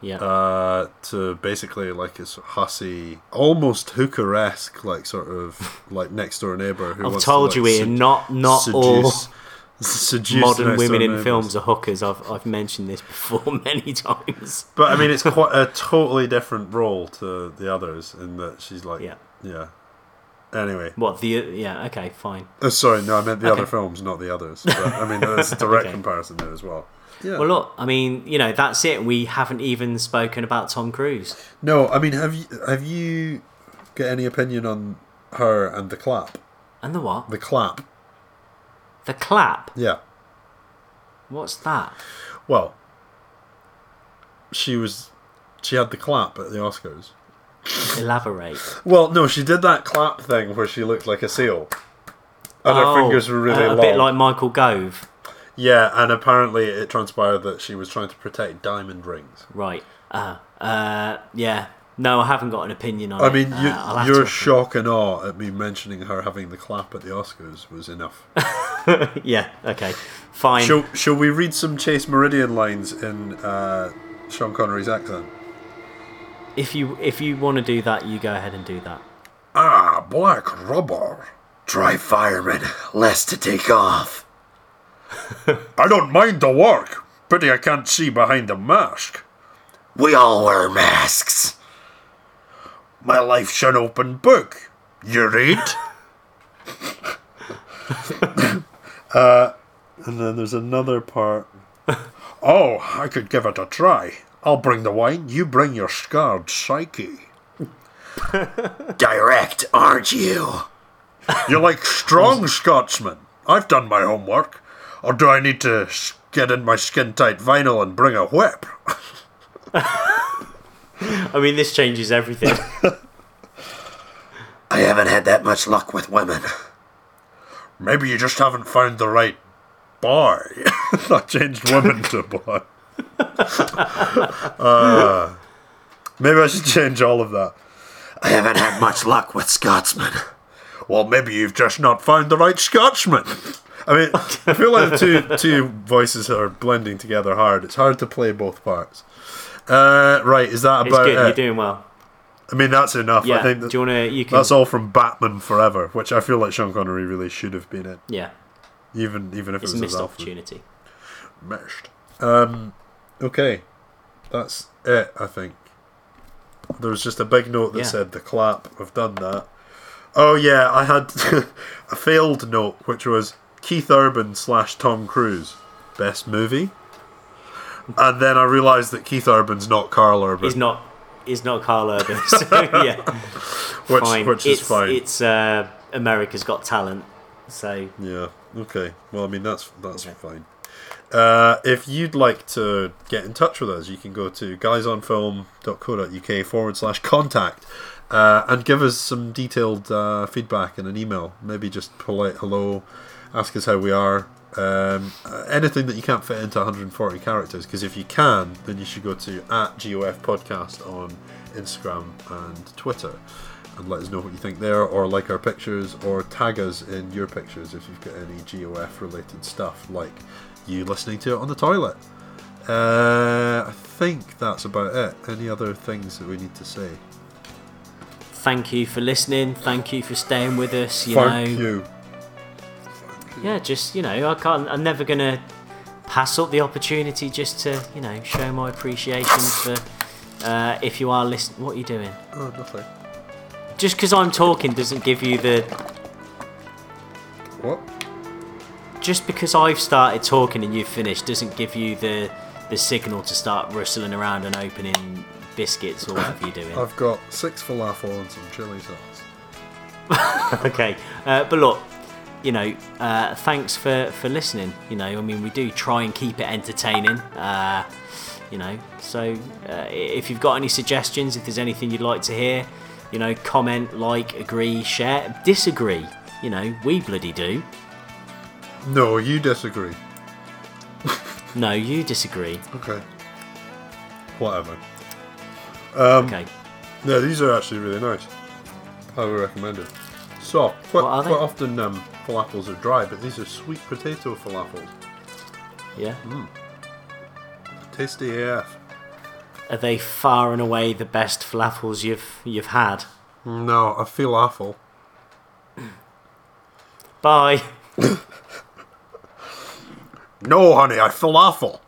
Yeah,
uh, to basically like a sort of hussy, almost hooker-esque, like sort of like next door neighbor. Who
I've
wants
told
to,
you,
like,
Ian. not not
seduce,
all
seduce
modern
next-door
women in
neighbours.
films are hookers. I've I've mentioned this before [LAUGHS] many times.
But I mean, it's quite a totally different role to the others in that she's like, yeah.
Yeah.
Anyway,
What the? Yeah, okay, fine.
oh, sorry, no, I meant the
Okay.
other films, not the others. But I mean, there's a direct
[LAUGHS] Okay.
comparison there as well. Yeah.
Well, look, I mean, you know, that's it. We haven't even spoken about Tom Cruise.
no, I mean, have you have you got any opinion on her and the clap?
And the what?
The clap,
The clap.
yeah.
What's that?
Well, she was she had the clap at the Oscars.
Elaborate.
[LAUGHS] Well, no, she did that clap thing where she looked like a seal, and her fingers were really
uh, a
long.
bit like Michael Gove.
Yeah, and apparently it transpired that she was trying to protect diamond rings.
Right. Uh, uh, yeah. No, I haven't got an opinion on
I
it.
mean,
Uh,
you,
I'll have
your
to-
shock and awe at me mentioning her having the clap at the Oscars was enough.
Yeah, okay. Fine.
shall, shall we read some Chase Meridian lines in uh, Sean Connery's accent?
If you if you want to do that, you go ahead and do that.
Ah, black rubber. Try fireman, less to take off. I don't mind the work. Pity I can't see behind the mask. We all wear masks. My life's an open book. You read? [COUGHS] uh, Uh, and then there's another part. oh, I could give it a try. I'll bring the wine, you bring your scarred psyche direct, aren't you? You're like strong Scotsman. I've done my homework. Or do I need to s- get in my skin tight vinyl and bring a whip?
I mean, this
[LAUGHS]
changes everything.
I haven't had that much luck with women. Maybe you just haven't found the right boy. [LAUGHS] I changed women to boy. [LAUGHS] Uh, maybe I should change all of that. I haven't had much luck with Scotsmen. Well, maybe you've just not found the right Scotsman. I mean, I feel like the two two voices are blending together hard. It's hard to play both parts. Uh, right, is that
it's
about
good.
it?
You're doing well.
I mean, that's enough.
Yeah.
I think that,
do you want to? You can.
that's all from Batman Forever, which I feel like Sean Connery really should have been in,
Yeah.
even even if
It's a
it was
missed
as
opportunity.
Alfred. Meshed. Um, okay, that's it. I think there was just a big note that
Yeah.
said the clap. I've done that. Oh yeah, I had [LAUGHS] a failed note, which was Keith Urban slash Tom Cruise best movie. And then I realised that Keith Urban's not Carl Urban,
He's not. He's not Carl Urban. [LAUGHS]
[LAUGHS]
So yeah.
which
Fine.
which
it's,
is fine.
It's uh, America's Got Talent. So
Yeah. Okay. Well, I mean that's that's fine. Uh, if you'd like to get in touch with us, you can go to guysonfilm.co.uk forward slash contact uh, and give us some detailed uh, feedback in an email. Maybe just polite hello, ask us how we are. Um, uh, anything that you can't fit into 140 characters, because if you can, then you should go to at GOF Podcast on Instagram and Twitter and let us know what you think there, or like our pictures, or tag us in your pictures if you've got any GOF related stuff, like you listening to it on the toilet. Uh, I think that's about it. Any other things that we need to say?
thank you for listening. Thank you for staying with us. You
Thank
know.
you.
Yeah. Just you know, I can't. I'm never gonna pass up the opportunity just to you know show my appreciation for. Uh, if you are listening, what are you doing?
Oh, nothing.
Just because I'm talking doesn't give you the
What?
just because I've started talking and you've finished doesn't give you the the signal to start rustling around and opening biscuits or whatever you're doing.
I've got six falafel and some chili sauce.
okay, uh, but look, you know, uh, thanks for for listening. You know, I mean, we do try and keep it entertaining. Uh, you know, so uh, i- if you've got any suggestions, if there's anything you'd like to hear, you know, comment, like, agree, share, disagree. You know, we bloody do.
No, you disagree.
No, you disagree.
Okay. Whatever.
okay.
No, these are actually really nice. Highly recommended. So, quite,
What are they?
quite often um, falafels are dry, but these are sweet potato falafels.
Yeah.
Tasty AF.
Are they far and away the best falafels you've you've had?
No, I feel awful.
Bye.
No, honey, I feel awful.